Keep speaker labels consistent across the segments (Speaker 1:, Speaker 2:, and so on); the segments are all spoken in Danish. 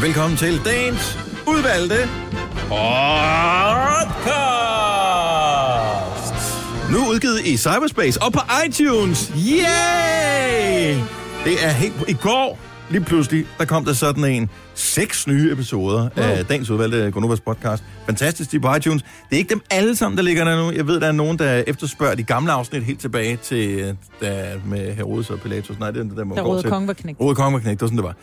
Speaker 1: Velkommen til dagens udvalgte podcast. Nu udgivet i cyberspace og på iTunes. Yay! Det er helt... I går, lige pludselig, der kom der sådan en seks nye episoder wow. af dagens udvalgte Gonovas podcast. Fantastisk, de er på iTunes. Det er ikke dem alle sammen, der ligger der nu. Jeg ved, der er nogen, der efterspørger de gamle afsnit helt tilbage til øh, der med Herodes og Pilatus. Nej, det er den, der må
Speaker 2: Da
Speaker 1: gå
Speaker 2: Røde
Speaker 1: til.
Speaker 2: Konge var knægt.
Speaker 1: Rode Konge var knægt, det var sådan, det var.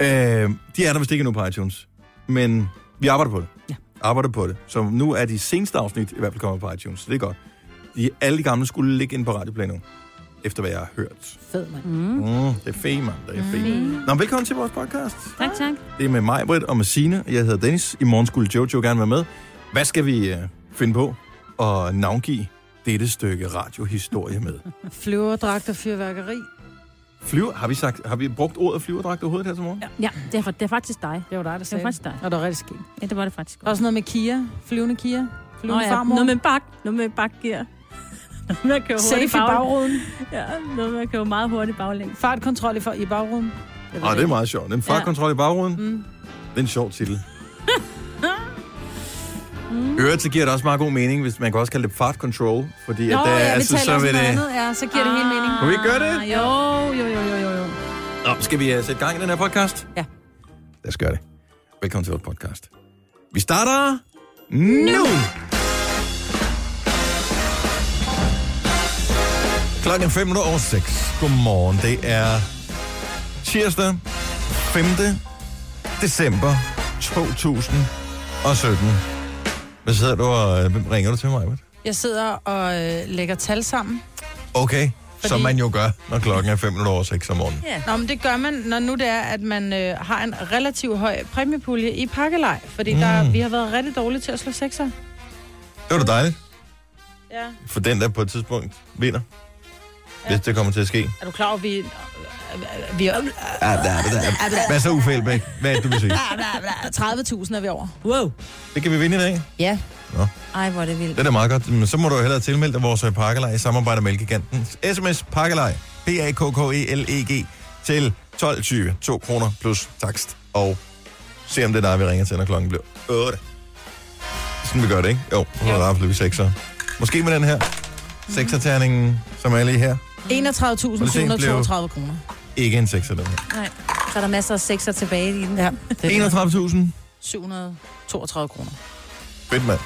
Speaker 1: Øh, de er der vist ikke endnu på iTunes, men vi arbejder på det.
Speaker 2: Ja.
Speaker 1: Arbejder på det. Så nu er de seneste afsnit i hvert fald kommet på iTunes, så det er godt. De, alle de gamle skulle ligge inde på Radioplay nu, efter hvad jeg har hørt.
Speaker 2: Fed, mand.
Speaker 1: Mm. Mm, det er fedt, mand. Det er fedt. Mm. Nå, velkommen til vores podcast.
Speaker 3: Tak, tak.
Speaker 1: Det er med mig, Britt, og med Signe. Jeg hedder Dennis. I morgen skulle Jojo gerne være med. Hvad skal vi øh, finde på og navngive dette stykke radiohistorie med?
Speaker 2: Flyverdragt og fyrværkeri.
Speaker 1: Flyver, har vi, sagt, har vi brugt ordet flyverdragt overhovedet her til morgen?
Speaker 3: Ja, det er, fa- det er faktisk dig.
Speaker 2: Det var dig, der
Speaker 3: Det var
Speaker 2: sagde det.
Speaker 3: faktisk dig.
Speaker 2: Og det var rigtig skægt.
Speaker 3: Ja, det var det faktisk.
Speaker 2: Også noget med Kia. Flyvende Kia.
Speaker 3: Nå,
Speaker 2: Flyvende
Speaker 3: ja.
Speaker 2: farmor.
Speaker 3: Noget med bak. Noget med bakgear. Noget med at køre
Speaker 2: Safe i
Speaker 3: hurtigt bag.
Speaker 2: bagruden.
Speaker 3: Ja, noget med at køre meget hurtigt baglæns.
Speaker 2: Fartkontrol i, for, i bagruden.
Speaker 1: Ah, det er meget sjovt. Den fartkontrol ja. i bagruden. Mm. Det er en sjov titel. mm. Øret, så giver det også meget god mening, hvis man kan også kalde det fart control, fordi at der er, altså, så vil det...
Speaker 2: andet. Ja, så giver det helt mening.
Speaker 1: Må vi ikke gøre det?
Speaker 3: Ah, Jo, jo, jo, jo, jo. jo.
Speaker 1: Nå, skal vi uh, sætte gang i den her podcast?
Speaker 2: Ja.
Speaker 1: Lad os gøre det. Velkommen til vores podcast. Vi starter nu! Klokken er fem minutter over seks. Godmorgen. Det er tirsdag 5. december 2017. Hvad sidder du og øh, ringer du til mig? Britt?
Speaker 2: Jeg sidder og øh, lægger tal sammen.
Speaker 1: Okay, Fordi... som
Speaker 2: Fordi-
Speaker 1: man jo gør, når klokken er fem minutter over seks om morgenen.
Speaker 2: Nå, men det gør man, når nu det er, at man øh, har en relativt høj præmiepulje i pakkelej. Fordi mm. der, vi har været rigtig dårlige til at slå sekser.
Speaker 1: Det var da dejligt.
Speaker 2: Ja.
Speaker 1: for den, der på et tidspunkt vinder. Ja. Hvis det kommer til at ske.
Speaker 2: Er du klar over, at vi... Vi er
Speaker 1: Hvad så, Uffe Elbæk? Hvad er det, du vil sige?
Speaker 2: 30.000 er vi over.
Speaker 3: Wow.
Speaker 1: Det kan vi vinde i dag.
Speaker 2: Ja.
Speaker 1: Nå.
Speaker 3: Ah. Ej, hvor er det vildt.
Speaker 1: Det er da meget godt. Men så må du jo hellere tilmelde dig vores øh, pakkelej i samarbejde med Elgiganten. SMS pakkelej, E P-A-K-K-E-L-E-G, til 12.20. 2 kroner plus takst. Og se om det er dig, vi ringer til, når klokken bliver 8. Sådan vi gør det, ikke? Jo, så er der absolut 6. Måske med den her. Sekserterningen, som er lige her.
Speaker 2: 31.732 kroner.
Speaker 1: Ikke en sekser, den her.
Speaker 3: Nej. Så er der masser af sekser tilbage i den.
Speaker 2: Ja, det er
Speaker 1: 31.000.
Speaker 2: 732 kroner.
Speaker 1: Fedt, mand.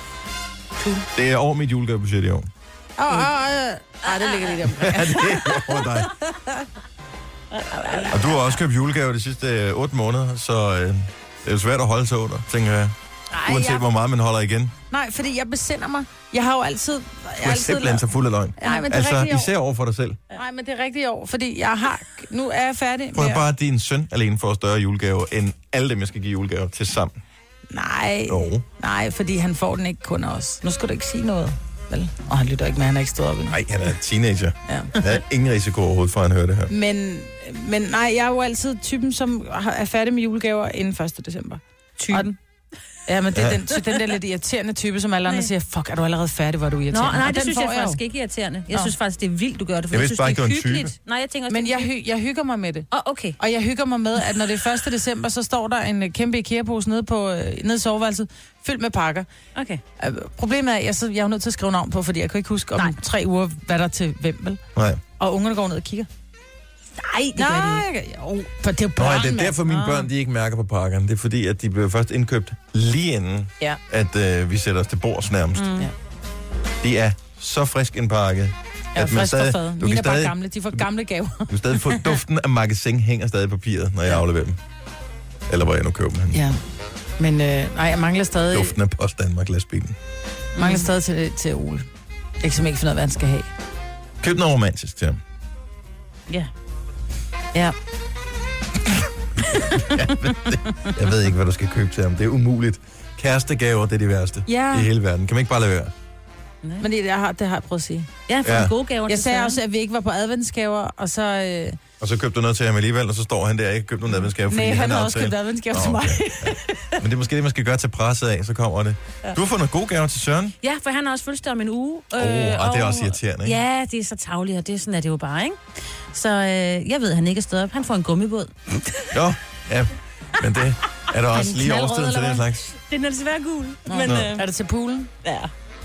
Speaker 1: Det er over mit julegavebudget i år.
Speaker 2: Åh, åh, åh. Ej, det ligger lige der omkring.
Speaker 1: Ja, det er over dig. Og du har også købt julegaver de sidste øh, 8 måneder, så øh, det er jo svært at holde sig under, tænker jeg.
Speaker 2: Ej,
Speaker 1: Uanset
Speaker 2: jeg,
Speaker 1: hvor meget man holder igen.
Speaker 2: nej, fordi jeg besinder mig. Jeg har jo altid... Jeg
Speaker 1: Du
Speaker 2: har
Speaker 1: er
Speaker 2: altid
Speaker 1: simpelthen så fuld af løgn.
Speaker 2: Nej, men det er
Speaker 1: Altså,
Speaker 2: rigtigt i år.
Speaker 1: især over for dig selv.
Speaker 2: Nej, men det er rigtigt i år, fordi jeg har... Nu er jeg færdig
Speaker 1: Prøv
Speaker 2: med...
Speaker 1: ja. bare, at din søn alene får større julegave, end alle dem, jeg skal give julegaver til sammen.
Speaker 2: Nej,
Speaker 1: Jo.
Speaker 2: nej, fordi han får den ikke kun af os. Nu skal du ikke sige noget, vel? Og han lytter ikke med, han er ikke stået op endnu.
Speaker 1: Nej, han er teenager.
Speaker 2: Ja.
Speaker 1: Der er ingen risiko overhovedet for, at han hører det her.
Speaker 2: Men, men nej, jeg er jo altid typen, som har- er færdig med julegaver inden 1. december. Typen? Ja, men det er
Speaker 1: Ja.
Speaker 2: ja. Den, den der lidt irriterende type, som alle andre
Speaker 3: Nej.
Speaker 2: siger, fuck, er du allerede færdig, hvor er du
Speaker 3: Nå,
Speaker 2: irriterende?
Speaker 3: nej,
Speaker 2: Og
Speaker 3: det
Speaker 2: den
Speaker 3: synes
Speaker 2: får
Speaker 3: jeg
Speaker 2: jo.
Speaker 3: faktisk ikke er irriterende. Jeg
Speaker 2: Nå.
Speaker 3: synes faktisk, det er vildt, du gør det, for
Speaker 1: Jeg
Speaker 3: jeg,
Speaker 1: vidste
Speaker 3: synes,
Speaker 1: bare
Speaker 3: det
Speaker 1: ikke,
Speaker 3: er
Speaker 1: det var en
Speaker 3: hyggeligt. Nej, jeg tænker også,
Speaker 2: Men
Speaker 3: det er
Speaker 2: jeg, hy- jeg hygger mig med det.
Speaker 3: Åh, oh, okay.
Speaker 2: Og jeg hygger mig med, at når det er 1. december, så står der en øh, kæmpe IKEA-pose nede, på, øh, nede i soveværelset, fyldt med pakker.
Speaker 3: okay.
Speaker 2: Øh, Problemet er, at jeg, så, jeg er jo nødt til at skrive navn på, fordi jeg kan ikke huske om
Speaker 3: Nej.
Speaker 2: Nej. tre uger, hvad der er til hvem, vel?
Speaker 1: Nej.
Speaker 2: Og ungerne går ned og kigger.
Speaker 3: Nej, det gør de ikke.
Speaker 2: Nej, jo, for det er jo
Speaker 1: Nå, ja,
Speaker 2: børn,
Speaker 1: det er derfor,
Speaker 2: Ah.
Speaker 1: mine børn de ikke mærker på pakkerne. Det er fordi, at de blev først indkøbt lige inden,
Speaker 2: Ja.
Speaker 1: at øh, vi sætter os til bords nærmest. Mm.
Speaker 2: Ja.
Speaker 1: De er så frisk indpakket.
Speaker 2: Jeg er
Speaker 1: at man
Speaker 2: frisk
Speaker 1: stadig-
Speaker 2: for fad.
Speaker 1: du
Speaker 2: Mine
Speaker 1: kan
Speaker 2: er bare
Speaker 1: stadig-
Speaker 2: gamle. De får gamle gaver.
Speaker 1: Du kan stadig få duften af magasin hænger stadig i papiret, når jeg afleverer dem. Eller hvor jeg nu køber dem. henne.
Speaker 2: ja. Men øh, nej, jeg mangler stadig,
Speaker 1: Duften af Post Danmark lastbilen.
Speaker 2: mangler stadig til, til Ole. Ikke som ikke finder ud af, hvad han skal have.
Speaker 1: Køb noget romantisk til ham.
Speaker 3: Ja.
Speaker 2: Ja.
Speaker 1: Jeg ved ikke, hvad du skal købe til ham. Det er umuligt. Kærestegaver, det er det værste i
Speaker 2: Ja.
Speaker 1: hele verden. Kan man ikke bare lade være?
Speaker 2: Men det, jeg har, det har jeg prøvet at sige.
Speaker 3: Ja, for
Speaker 1: Ja.
Speaker 3: ja. gode gaver
Speaker 2: Jeg
Speaker 3: til
Speaker 2: sagde
Speaker 3: Søren.
Speaker 2: også, at vi ikke var på adventsgaver, og så... Øh,
Speaker 1: Og så købte du noget til ham alligevel, og så står han der og ikke købt nogen adventsgave, fordi
Speaker 2: nej, han
Speaker 1: har
Speaker 2: har også
Speaker 1: aftalt-
Speaker 2: købt adventsgaver
Speaker 1: Nå,
Speaker 2: til mig.
Speaker 1: ja. Men det er måske det, man skal gøre til presset af, så kommer det. Du har fået nogle gode gaver til Søren.
Speaker 3: Ja, for han har også fødselsdag om en uge.
Speaker 1: Åh, og det er også irriterende, ikke?
Speaker 3: Øh, Ja, det er så tavligt, og det er sådan, at det jo bare, ikke? Så øh, jeg ved, at han ikke er stået op. Han får en gummibåd.
Speaker 1: Jo, ja, men det... Er der også
Speaker 3: den
Speaker 1: lige
Speaker 3: knaldrød,
Speaker 1: overstået til
Speaker 3: eller
Speaker 1: den
Speaker 3: hvad?
Speaker 1: slags?
Speaker 3: Den er desværre gul. Men,
Speaker 1: Nå.
Speaker 3: øh,
Speaker 2: Er det til poolen?
Speaker 3: ja,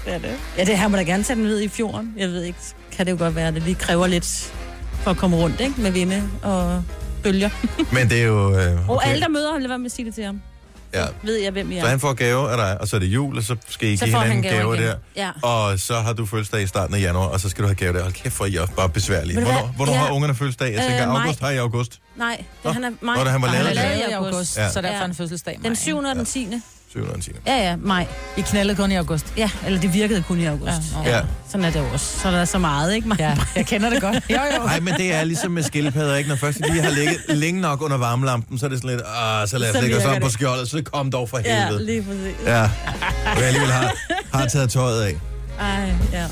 Speaker 3: det er det. Ja, det her må da gerne tage den ned i fjorden. Jeg ved ikke, kan det jo godt være, at det lige kræver lidt for at komme rundt, ikke? Med vinde og bølger.
Speaker 1: Men det er jo... Øh,
Speaker 3: Og
Speaker 1: okay.
Speaker 3: alle, der møder ham, lad være med at sige det til ham.
Speaker 1: ja.
Speaker 3: Ved jeg, hvem jeg
Speaker 1: Så
Speaker 3: er.
Speaker 1: han får gave af dig, og så er det jul, og så skal I
Speaker 3: Så
Speaker 1: give
Speaker 3: får
Speaker 1: hinanden
Speaker 3: han
Speaker 1: gaver
Speaker 3: gaver igen.
Speaker 1: der.
Speaker 3: Ja.
Speaker 1: Og så har du fødselsdag i starten af januar, og så skal du have gave der. Hold kæft, for I er bare besværlige.
Speaker 3: Ved du
Speaker 1: Hvornår,
Speaker 3: hvad?
Speaker 1: hvornår
Speaker 3: Ja.
Speaker 1: har ungerne fødselsdag? Jeg tænker,
Speaker 3: Øh, maj.
Speaker 1: august har i august.
Speaker 3: Nej,
Speaker 1: Nå.
Speaker 3: det, han er mig.
Speaker 1: Nå, da han var
Speaker 2: Han
Speaker 1: lavet
Speaker 2: er
Speaker 1: det.
Speaker 2: lavet i august,
Speaker 3: Ja.
Speaker 2: ja. så derfor
Speaker 3: Ja.
Speaker 2: er han fødselsdag i maj,
Speaker 3: Den
Speaker 2: ikke?
Speaker 3: 7. og den 10.
Speaker 1: 710.
Speaker 3: Ja, ja, maj.
Speaker 2: I knaldede kun i august.
Speaker 3: Ja, eller det virkede kun i august.
Speaker 2: Ja, nå.
Speaker 1: Ja.
Speaker 3: Sådan er det jo også. Så er der så meget, ikke? Maj?
Speaker 2: Ja, jeg kender det godt. Jo, jo.
Speaker 1: Nej, men det er ligesom med skildpadder, ikke? Når først de lige har ligget længe nok under varmelampen, så er det sådan lidt, ah, så lad
Speaker 3: Så
Speaker 1: os lægge os
Speaker 3: virker
Speaker 1: om på
Speaker 3: det.
Speaker 1: skjoldet, så kom dog for
Speaker 3: ja
Speaker 1: helvede.
Speaker 3: lige præcis.
Speaker 1: Ja, og jeg alligevel har, har taget tøjet af.
Speaker 3: Ej, ja.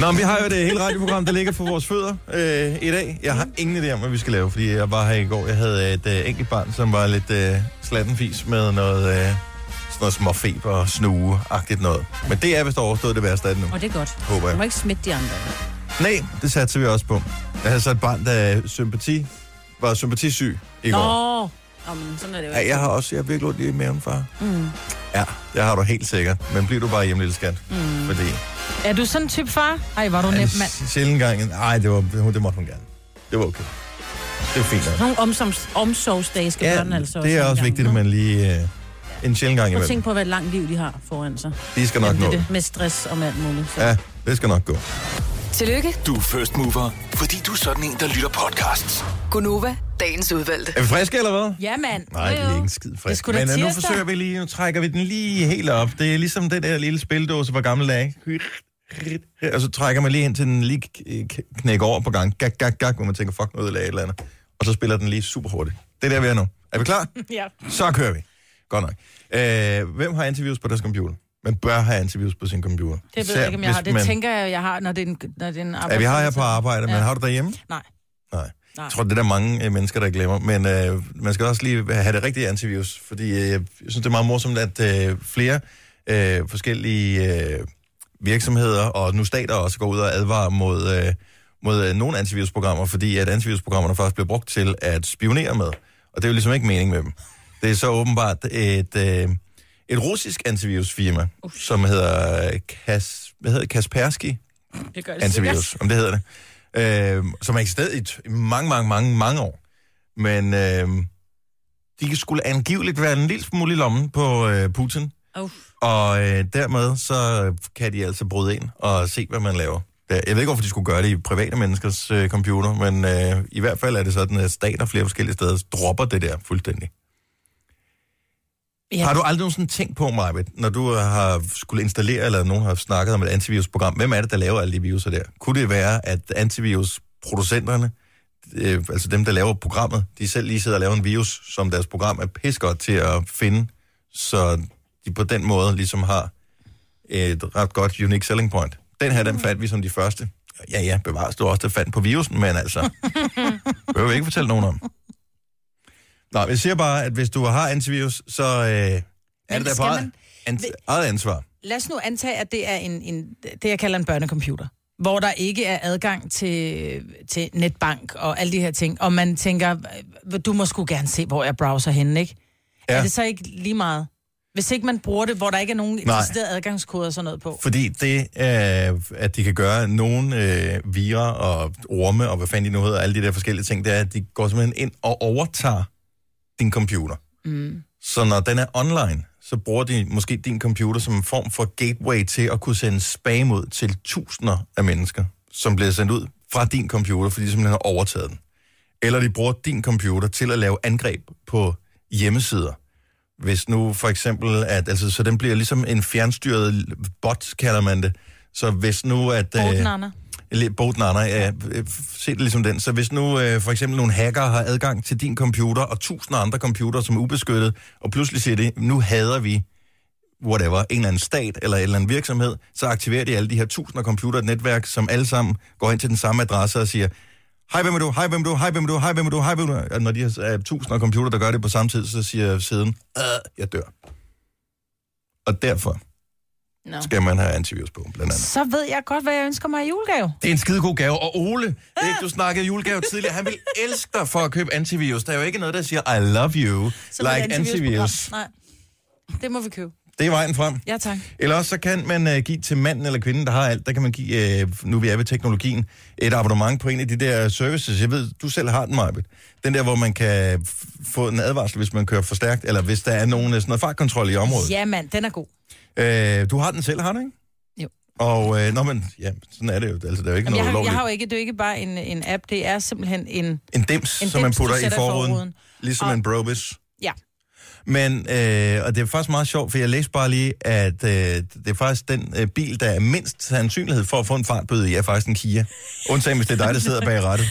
Speaker 1: Nå, men vi har jo det hele radioprogram, der ligger for vores fødder øh, i dag. Jeg har ingen idé om, hvad vi skal lave, fordi jeg var her i går. Jeg havde et øh, enkelt barn, som var lidt øh, slattenfis med noget, øh, sådan noget småfeber og snue-agtigt noget. Men det er vist overstået det værste af det nu,
Speaker 3: Og det er godt.
Speaker 1: håber
Speaker 3: Du
Speaker 1: jeg.
Speaker 3: må ikke smitte de andre.
Speaker 1: Nej, det satte vi også på. Jeg havde så et barn, der sympati, var sympatisyg i går.
Speaker 3: Nå, Jamen, sådan er det jo.
Speaker 1: Ja, jeg har også jeg har virkelig ondt i maven, far.
Speaker 3: Mm.
Speaker 1: Ja, det har du helt sikkert. Men bliv du bare hjemme, lille skat. Mm. Fordi
Speaker 2: Er du sådan en type far? Ej, var du
Speaker 1: er
Speaker 2: nem mand.
Speaker 1: det sjældent gang... Nej, det, var, det måtte hun gerne. Det var okay. Det var fint nok.
Speaker 3: Nogle omsoms, omsorgsdage skal børnene altså
Speaker 1: det er også vigtigt, at man lige... Øh, en sjældent gang
Speaker 3: Prøv at
Speaker 1: imellem.
Speaker 3: tænke på, hvad et langt liv de har foran sig.
Speaker 1: De skal nok nå.
Speaker 3: det, er det. Med stress og med alt muligt. Så.
Speaker 1: Ja, det skal nok gå.
Speaker 4: Tillykke,
Speaker 5: Du er first mover, fordi du er sådan en, der lytter podcasts.
Speaker 4: Gunova, dagens udvalgte.
Speaker 1: Er vi friske eller hvad?
Speaker 2: Ja, mand.
Speaker 1: Nej, det
Speaker 2: Jo,
Speaker 1: er
Speaker 2: jo.
Speaker 1: ikke en skid
Speaker 2: Det er
Speaker 1: frisk.
Speaker 2: sgu da
Speaker 1: Men øh, nu
Speaker 2: tirsdag.
Speaker 1: forsøger vi lige, nu trækker vi den lige helt op. Det er ligesom den der lille spildåse fra gamle dage. Og så trækker man lige ind til den lige k- øh, k- knækker over på gang. Gak, gak, gak, hvor man tænker, fuck noget eller et eller andet. Og så spiller den lige super hurtigt. Det er der, vi er nu. Er vi klar?
Speaker 2: Ja.
Speaker 1: Så kører vi. Godt nok. Øh, hvem har interviews på deres computer? Man bør have interviews på sin computer.
Speaker 2: Det ved
Speaker 1: Især
Speaker 2: jeg ikke, om jeg
Speaker 1: hvis
Speaker 2: har. Det
Speaker 1: man-
Speaker 2: tænker jeg, jeg har, når det er en, når det er en
Speaker 1: Ja, vi har her på arbejde, men
Speaker 2: Ja.
Speaker 1: har du derhjemme?
Speaker 2: Nej.
Speaker 1: Nej.
Speaker 2: Nej.
Speaker 1: Jeg tror, det er der mange øh, mennesker, der glemmer. Men øh, man skal også lige have det rigtige interviews, fordi øh, jeg synes, det er meget morsomt, at øh, flere øh, forskellige øh, virksomheder, og nu stater også, går ud og advarer mod, øh, mod øh, nogle antivirusprogrammer, fordi at antivirusprogrammerne faktisk bliver brugt til at spionere med. Og det er jo ligesom ikke mening med dem. Det er så åbenbart et, øh, et russisk antivirusfirma, uh. som hedder, øh, Kas, hvad hedder det? Kaspersky
Speaker 3: Det gør det
Speaker 1: antivirus, om det hedder det, øh, som har eksisteret i t- i mange, mange, mange, mange år. Men øh, de skulle angiveligt være en lille smule i lommen på øh, Putin,
Speaker 3: Uh,
Speaker 1: og øh, dermed så kan de altså bryde ind og se, hvad man laver. Ja, Jeg ved ikke, hvorfor de skulle gøre det i private menneskers øh, computer, men øh, i hvert fald er det sådan, at stater flere forskellige steder dropper det der fuldstændig. Ja.
Speaker 3: Ja.
Speaker 1: Har du aldrig nogensinde tænkt på, Marvitt, når du øh, har skulle installere, eller nogen har snakket om et antivirusprogram, hvem er det, der laver alle de viruser der? Kunne det være, at antivirusproducenterne, øh, altså dem, der laver programmet, de selv lige sidder og laver en virus, som deres program er pissegodt til at finde, så de på den måde ligesom har et ret godt unique selling point. Den her, den fandt vi som de første. Ja, ja, bevares du også, der fandt på virusen, men altså, behøver vi ikke fortælle nogen om. Nej, jeg siger bare, at hvis du har antivirus, så øh, er det der på
Speaker 2: skal
Speaker 1: eget,
Speaker 2: man-
Speaker 1: an, eget ansvar.
Speaker 2: Lad os nu antage, at det er en, en, det, jeg kalder en børnecomputer, hvor der ikke er adgang til, til netbank og alle de her ting, og man tænker, "Hva- du må sgu gerne se, hvor jeg browser henne, ikke?
Speaker 1: Ja.
Speaker 2: Ja. Er det så ikke lige meget? Hvis ikke man bruger det, hvor der ikke er nogen
Speaker 1: Nej.
Speaker 2: eksisterede adgangskoder og sådan noget på.
Speaker 1: Fordi det, øh, at de kan gøre nogle øh, virer og orme og hvad fanden de nu hedder, alle de der forskellige ting, det er, at de går simpelthen ind og overtager din computer.
Speaker 2: Mm.
Speaker 1: Så når den er online, så bruger de måske din computer som en form for gateway til at kunne sende spam ud til tusinder af mennesker, som bliver sendt ud fra din computer, fordi de simpelthen har overtaget den. Eller de bruger din computer til at lave angreb på hjemmesider. Hvis nu for eksempel, at, altså, så den bliver ligesom en fjernstyret bot, kalder man det. Så hvis nu, at... øh,
Speaker 2: Borten, Anna.
Speaker 1: eller Bolten Anna, ja, øh, se det ligesom den. Så hvis nu øh, for eksempel nogle hacker har adgang til din computer og tusind andre computere, som er ubeskyttet, og pludselig siger det, nu hader vi whatever, en eller anden stat eller en eller anden virksomhed, så aktiverer de alle de her tusinder computer netværk, som alle sammen går ind til den samme adresse og siger, hej, hvem er du, hej, hvem er du, hej, hvem er du, hej, hvem er du, hej, hvem er du. Og når de har øh, tusinder computer, der gør det på samme tid, så siger siden, "Øh, jeg dør. Og derfor no. skal man have antivirus på, blandt andet.
Speaker 2: Så ved jeg godt, hvad jeg ønsker mig i julegave.
Speaker 1: Det er en skide god gave. Og Ole, ikke, du snakkede julegave tidligere, han vil elske dig for at købe antivirus. Der er jo ikke noget, der siger, I love you,
Speaker 2: Så ved jeg
Speaker 1: like
Speaker 2: antivirusprogram.
Speaker 1: antivirus.
Speaker 2: Nej, det må vi købe.
Speaker 1: Det er vejen frem.
Speaker 2: Ja, tak.
Speaker 1: Eller også så kan man øh, give til manden eller kvinden, der har alt, der kan man give, øh, nu vi er ved teknologien, et abonnement på en af de der services. Jeg ved, du selv har den, Majbet. Den der, hvor man kan f- få en advarsel, hvis man kører for stærkt, eller hvis der er nogen øh, sådan noget fartkontrol i området.
Speaker 2: Ja, mand, den er god.
Speaker 1: Ja. Øh, du har den selv, har du ikke?
Speaker 2: Jo.
Speaker 1: Og, øh, nå, men, ja, sådan er det jo. Altså, det er jo ikke
Speaker 2: Jamen, jeg,
Speaker 1: noget
Speaker 2: har,
Speaker 1: ulovligt.
Speaker 2: jeg har jo ikke, det er jo ikke bare en, en app, det er simpelthen en,
Speaker 1: En dims, en
Speaker 2: En
Speaker 1: som man
Speaker 2: dims, du
Speaker 1: putter i
Speaker 2: sætter i
Speaker 1: forruden.
Speaker 2: forruden.
Speaker 1: Ligesom og...
Speaker 2: Og-
Speaker 1: en brobis.
Speaker 2: ja,
Speaker 1: Men, øh, og det er faktisk meget sjovt, for jeg læste bare lige, at øh, det er faktisk den øh, bil, der er mindst sandsynlighed for at få en fartbøde i, er faktisk en Kia. Undtagen hvis det er dig, der sidder bag rattet.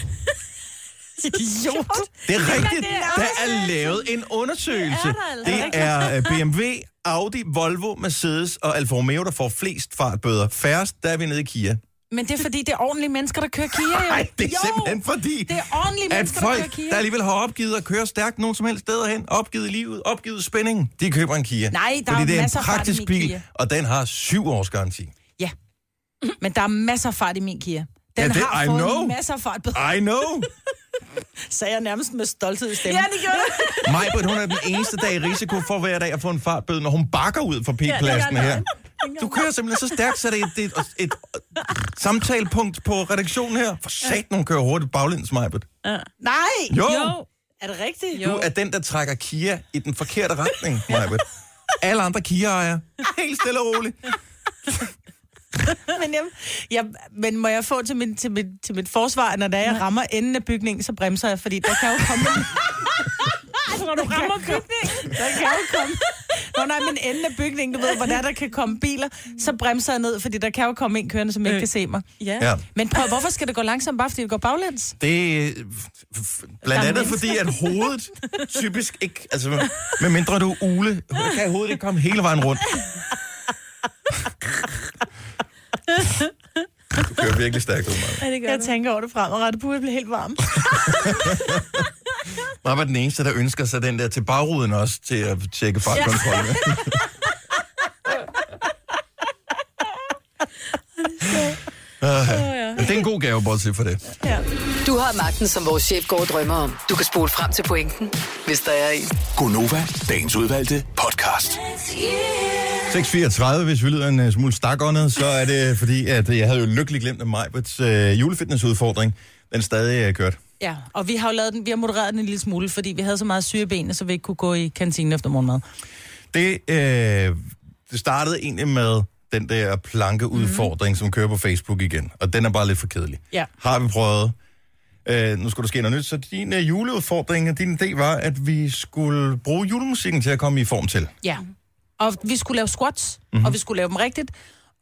Speaker 3: Idiot.
Speaker 1: Det er rigtigt. Der er lavet en undersøgelse.
Speaker 2: altså.
Speaker 3: Det
Speaker 1: Det
Speaker 3: er
Speaker 1: er øh, BMW, Audi, Volvo, Mercedes og Alfa Romeo, der får flest fartbøder. Færrest, der er vi nede i Kia.
Speaker 2: men det er fordi, det er ordentlige mennesker, der kører Kia, jo.
Speaker 1: Nej, det er
Speaker 2: jo,
Speaker 1: simpelthen fordi,
Speaker 2: det er ordentlige
Speaker 1: at
Speaker 2: mennesker, der kører
Speaker 1: folk,
Speaker 2: Kia.
Speaker 1: der alligevel har opgivet at køre stærkt nogen som helst steder hen, opgivet livet, opgivet spændingen, de køber en Kia.
Speaker 2: Nej, der er
Speaker 1: fordi
Speaker 2: jo
Speaker 1: det er en
Speaker 2: masser af fart i
Speaker 1: praktisk
Speaker 2: min
Speaker 1: bil,
Speaker 2: Kia.
Speaker 1: og den har syv års garanti.
Speaker 2: Ja, men der er masser af fart i min Kia. Den
Speaker 1: Ja, det-
Speaker 2: har
Speaker 1: I
Speaker 2: fået
Speaker 1: know. Ah.
Speaker 2: masser af fart,
Speaker 1: I know!
Speaker 2: sagde jeg nærmest med stolthed i stemmen.
Speaker 3: Ja, det gjorde det.
Speaker 1: Majbrit, hun er den eneste dag i risiko for hver dag at få en fartbøde, når hun bakker ud fra P-pladsen
Speaker 3: Ja, det gør
Speaker 1: her. Du kører simpelthen så stærkt, så det er et, et, et, et samtalepunkt på redaktionen her. For satan, hun kører hurtigt baglæns, Majbrit.
Speaker 2: Nej!
Speaker 1: Jo,
Speaker 3: Jo.
Speaker 1: jo,
Speaker 2: Er det rigtigt?
Speaker 1: du er den, der trækker Kia i den forkerte retning, Majbrit. Alle andre Kia-ejere, helt stille og roligt.
Speaker 2: men, jeg, jeg, men må jeg få til, min, til, mit, til mit forsvar, at når der er, jeg rammer enden af bygningen, så bremser jeg, fordi der kan jo komme... Når du rammer bygningen? Der kan jo komme... Nå, nej, men enden af bygningen, du ved, hvor der, der kan komme biler, så bremser jeg ned, fordi der kan jo komme en kørende, som ikke kan se mig.
Speaker 3: Ja.
Speaker 1: Ja.
Speaker 2: Men prøv, hvorfor skal det gå langsomt, bare fordi det går baglæns?
Speaker 1: Det er f- f- blandt andet fordi, at hovedet typisk ikke... Altså, med mindre du er ule, kan hovedet ikke komme hele vejen rundt. Du kører virkelig stærkt, Omar.
Speaker 3: Ja, det gør
Speaker 2: Jeg tænker over det fremadrettet, på, jeg bliver helt varm.
Speaker 1: Mig var den eneste, der ønsker sig den der til bagruden også, til at tjekke fartkontrollen. Ja. Men det er en god gave, bortset for det.
Speaker 4: Du har magten, som vores chef går og drømmer om. Du kan spole frem til pointen, hvis der er en.
Speaker 5: Gonova, dagens udvalgte podcast.
Speaker 1: 6.34, hvis vi lyder en øh, smule stakåndet, så er det fordi, at øh, jeg havde jo lykkelig glemt, at Majbrits øh, julefitnessudfordring, den stadig er kørt.
Speaker 2: Ja, og vi har jo lavet den, vi har modereret den en lille smule, fordi vi havde så meget syre i benene, så vi ikke kunne gå i kantinen efter morgenmad.
Speaker 1: Det, øh, det startede egentlig med den der plankeudfordring, mm. som kører på Facebook igen, og den er bare lidt for kedelig.
Speaker 2: Mhm. Ja.
Speaker 1: Har vi prøvet? Øh, nu skulle der ske noget nyt, så din øh, juleudfordring, din idé var, at vi skulle bruge julemusikken til at komme i form til.
Speaker 2: Ja. Og vi skulle lave squats, mm-hmm.
Speaker 1: Mhm.
Speaker 2: og vi skulle lave dem rigtigt.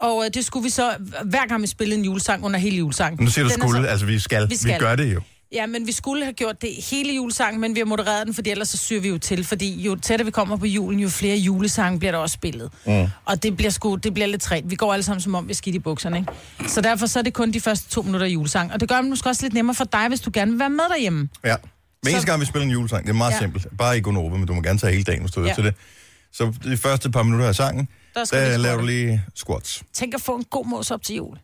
Speaker 2: Og øh, det skulle vi så, hver gang vi spillede en julesang under hele julesangen.
Speaker 1: Nu siger du
Speaker 2: Den er
Speaker 1: skulle,
Speaker 2: Så,
Speaker 1: altså vi skal.
Speaker 2: Vi skal.
Speaker 1: Vi gør det jo.
Speaker 2: ja, men vi skulle have gjort det hele julesangen, men vi har modereret den, fordi ellers så syr vi jo til. Fordi jo tættere vi kommer på julen, jo flere julesange bliver der også spillet. Mm. Og det bliver, sgu, det bliver lidt træt. Vi går alle sammen som om, vi er skidt i bukserne, ikke? Så derfor så er det kun de første to minutter af julesang. Og det gør det måske også lidt nemmere for dig, hvis du gerne vil være med derhjemme.
Speaker 1: Ja. Hver eneste
Speaker 2: Så-
Speaker 1: gang, vi spiller en julesang, det er meget ja.
Speaker 2: Ja.
Speaker 1: simpelt. Bare ikke over, men du må gerne tage hele dagen, hvis du ja.
Speaker 2: Ja.
Speaker 1: til det. Så de første par minutter af sangen, der,
Speaker 2: Der skal vi
Speaker 1: der
Speaker 2: squatte.
Speaker 1: laver du lige squats.
Speaker 2: Tænk at få en god mås op til jul.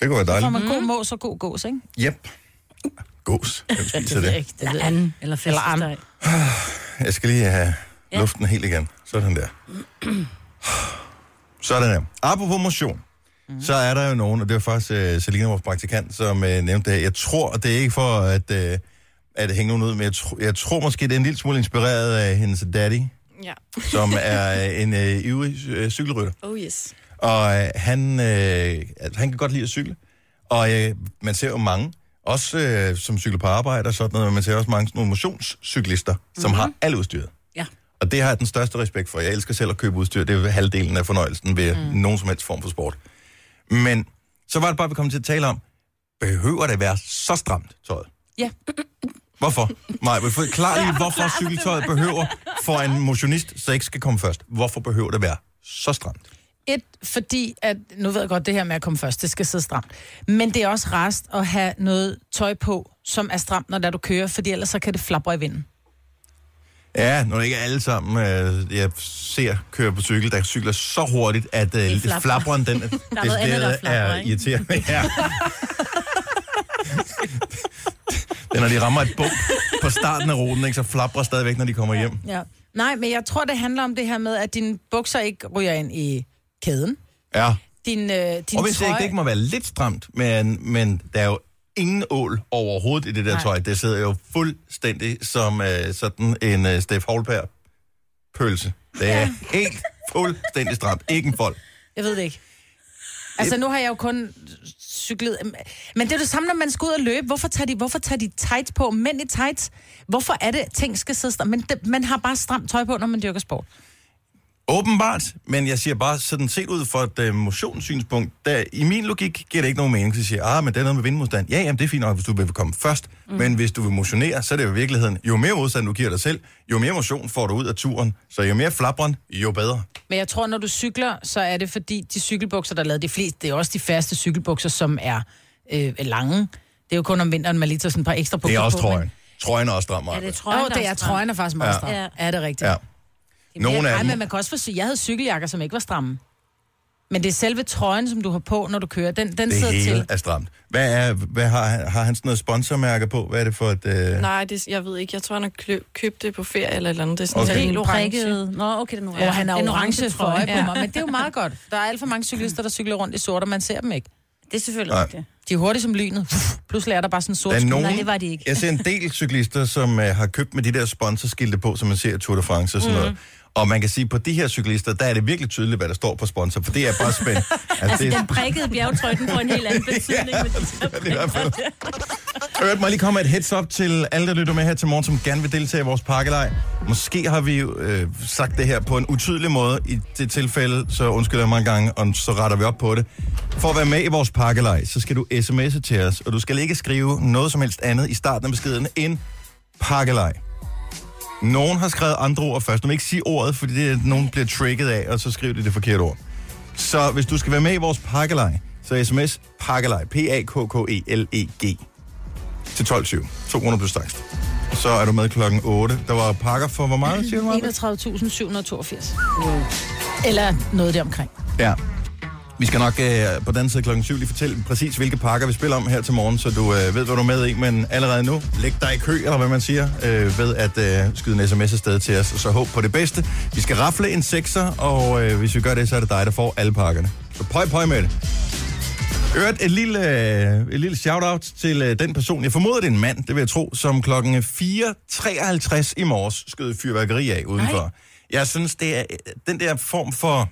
Speaker 1: Det kunne være
Speaker 2: Får
Speaker 1: dejligt.
Speaker 2: man god mås og god gås, ikke?
Speaker 1: Yep. Gås. Hvem spiser det?
Speaker 3: Ikke, det ved jeg. Anden. Eller
Speaker 2: Eller anden.
Speaker 3: flæskesteg.
Speaker 1: Jeg skal lige have luften helt igen. Sådan der. Sådan der. Apropos motion, så er der jo nogen, og det var faktisk uh, Selina, vores praktikant, som uh, nævnte det her. Jeg tror, og det er ikke for at, uh, at hænge nogen ud, men jeg, tr- jeg tror måske, det er en lille smule inspireret af hendes daddy,
Speaker 6: Ja.
Speaker 1: som er øh, en øh, ivrig øh, cykelrytter.
Speaker 6: Oh yes.
Speaker 1: Og øh, han, øh, altså, han kan godt lide at cykle. Og øh, man ser jo mange, også øh, som cykler på arbejde og sådan noget, men man ser også mange sådan nogle motionscyklister, mm-hmm. som har alt udstyret.
Speaker 3: Ja.
Speaker 1: Og det har jeg den største respekt for. Jeg elsker selv at købe udstyr. Det er jo halvdelen af fornøjelsen ved mm. nogen som helst form for sport. Men så var det bare, vi kom til at tale om, behøver det være så stramt tøjet?
Speaker 2: Ja.
Speaker 1: Hvorfor? Nej, men forklar lige, hvorfor cykeltøjet behøver for en motionist, så ikke skal komme først. Hvorfor behøver det være så stramt?
Speaker 2: Et, fordi at, nu ved jeg godt, det her med at komme først, det skal sidde stramt. Men det er også rest at have noget tøj på, som er stramt, når der du kører, fordi ellers så kan det flapre i vinden.
Speaker 1: Ja, nu er det ikke alle sammen, øh, jeg ser kører på cykel, der cykler så hurtigt, at øh,
Speaker 3: flapper.
Speaker 1: flapperen, den er,
Speaker 3: andet, der
Speaker 1: decideret
Speaker 3: flapper,
Speaker 1: er
Speaker 3: ikke?
Speaker 1: irriterende. Ja. Men når de rammer et bump på starten af ruten, ikke, så flapper stadigvæk, når de kommer hjem.
Speaker 2: Ja. Nej, men jeg tror, det handler om det her med, at dine bukser ikke ryger ind i kæden.
Speaker 1: Ja.
Speaker 2: Din, øh, din
Speaker 1: Og hvis
Speaker 2: trøje...
Speaker 1: ikke, det ikke må være lidt stramt, men, men der er jo ingen ål overhovedet i det der Nej.
Speaker 2: Nej.
Speaker 1: tøj. Det sidder jo fuldstændig som øh, sådan en øh, Steff Holberg pølse. Det er helt fuldstændig stramt. Ikke en fold.
Speaker 2: Jeg ved det ikke. Altså, nu har jeg jo kun cyklet... Øhm, Men det er det samme, når man skal ud og løbe. Hvorfor tager de, hvorfor tager de tights på? Mænd i tights. Hvorfor er det, ting skal sidde stramt? Men det, man har bare stramt tøj på, når man dyrker sport.
Speaker 1: Åbenbart, men jeg siger bare, sådan set ud fra et øh, motionssynspunkt, der, i min logik giver det ikke nogen mening, så siger jeg, ah, men det er noget med vindmodstand. Ja, jamen det er fint nok, hvis du vil komme først, mm. men hvis du vil motionere, så er det jo i virkeligheden, jo mere modstand du giver dig selv, jo mere motion får du ud af turen, så jo mere flabren, jo bedre.
Speaker 2: Men jeg tror, når du cykler, så er det fordi, de cykelbukser, der er lavet de fleste, det er også de faste cykelbukser, som er øh, lange. Det er jo kun om vinteren, man lige tager sådan et par ekstra bukser
Speaker 1: Det er
Speaker 2: på.
Speaker 1: også
Speaker 2: men-
Speaker 1: trøjen. Trøjen er også stram,
Speaker 3: Ja, det er
Speaker 1: Marvitt.
Speaker 3: trøjen,
Speaker 2: Åh, det er trøjen er faktisk meget
Speaker 1: Ja.
Speaker 2: stram.
Speaker 3: Ja.
Speaker 2: Ja. Er det rigtigt?
Speaker 1: Ja. Nogle af
Speaker 2: Nej, men
Speaker 1: dem.
Speaker 2: man kan også få sy- Jeg havde cykeljakker, som ikke var stramme. Men det er selve trøjen, som du har på, når du kører. Den, den
Speaker 1: Det
Speaker 2: sidder
Speaker 1: hele
Speaker 2: til.
Speaker 1: er stramt. Hvad, er, hvad har, han- har han sådan noget sponsormærke på? Hvad er det for et... Øh...
Speaker 6: Nej, det, jeg ved ikke. Jeg tror, han har klø- købt det på ferie eller et eller andet. Det er sådan
Speaker 1: Okay.
Speaker 6: okay.
Speaker 3: Det er
Speaker 6: helt
Speaker 3: en
Speaker 6: orange.
Speaker 3: prikket. Nå, okay, den er
Speaker 2: Ja, og han har
Speaker 3: Den
Speaker 2: orange for øje på
Speaker 6: Ja.
Speaker 2: mig, men det er jo meget godt. Der er alt for mange cyklister, der cykler rundt i sort, og man ser dem ikke.
Speaker 3: Det er selvfølgelig
Speaker 1: Nej.
Speaker 3: ikke det.
Speaker 2: De er hurtige som lynet. Pludselig er der bare sådan en sort
Speaker 1: Der er
Speaker 2: sky.
Speaker 1: nogen,
Speaker 3: Nej, det var de ikke.
Speaker 1: Jeg ser en del cyklister, som øh, har købt med de der sponsorskilte på, som man ser i Tour de France og sådan mm.
Speaker 3: Mhm.
Speaker 1: noget. Og man kan sige, på de her cyklister, der er det virkelig tydeligt, hvad der står på sponsor, for det er bare spændt. altså, det, er,
Speaker 3: Den prikkede bjergtrøj, den får en helt anden betydning. med de der
Speaker 1: det er i hvert fald... Hørte mig lige komme med et heads up til alle, der lytter med her til morgen, som gerne vil deltage i vores pakkelej. Måske har vi øh, sagt det her på en utydelig måde i det tilfælde, så undskylder jeg mig en gang, og så retter vi op på det. For at være med i vores pakkelej, så skal du sms'e til os, og du skal ikke skrive noget som helst andet i starten af beskeden end pakkelej. Nogen har skrevet andre ord først. Du må ikke sige ordet, fordi det er, nogen bliver trigget af, og så skriver de det forkerte ord. Så hvis du skal være med i vores pakkelej, så sms pakkelej, E P-A-K-K-E-L-E-G, til 12.20. 200 plus takst. Så er du med klokken 8. Der var pakker for hvor meget, siger du, Maja?
Speaker 2: 31.782. Eller noget deromkring.
Speaker 1: Ja. Vi skal nok øh, på den side klokken 7 lige fortælle præcis, hvilke pakker vi spiller om her til morgen, så du øh, ved, hvad du er med i. Men allerede nu, læg dig i kø, eller hvad man siger, øh, ved at øh, skyde en sms afsted til os. Så håb på det bedste. Vi skal rafle en sekser, og øh, hvis vi gør det, så er det dig, der får alle pakkerne. Så pøj, pøj med det. Øvrigt et lille, øh, et lille shout-out til øh, den person, jeg formoder det er en mand, det vil jeg tro, som klokken 4.53 i morges skød fyrværkeri af udenfor. Nej. Jeg synes, det er øh, den der form for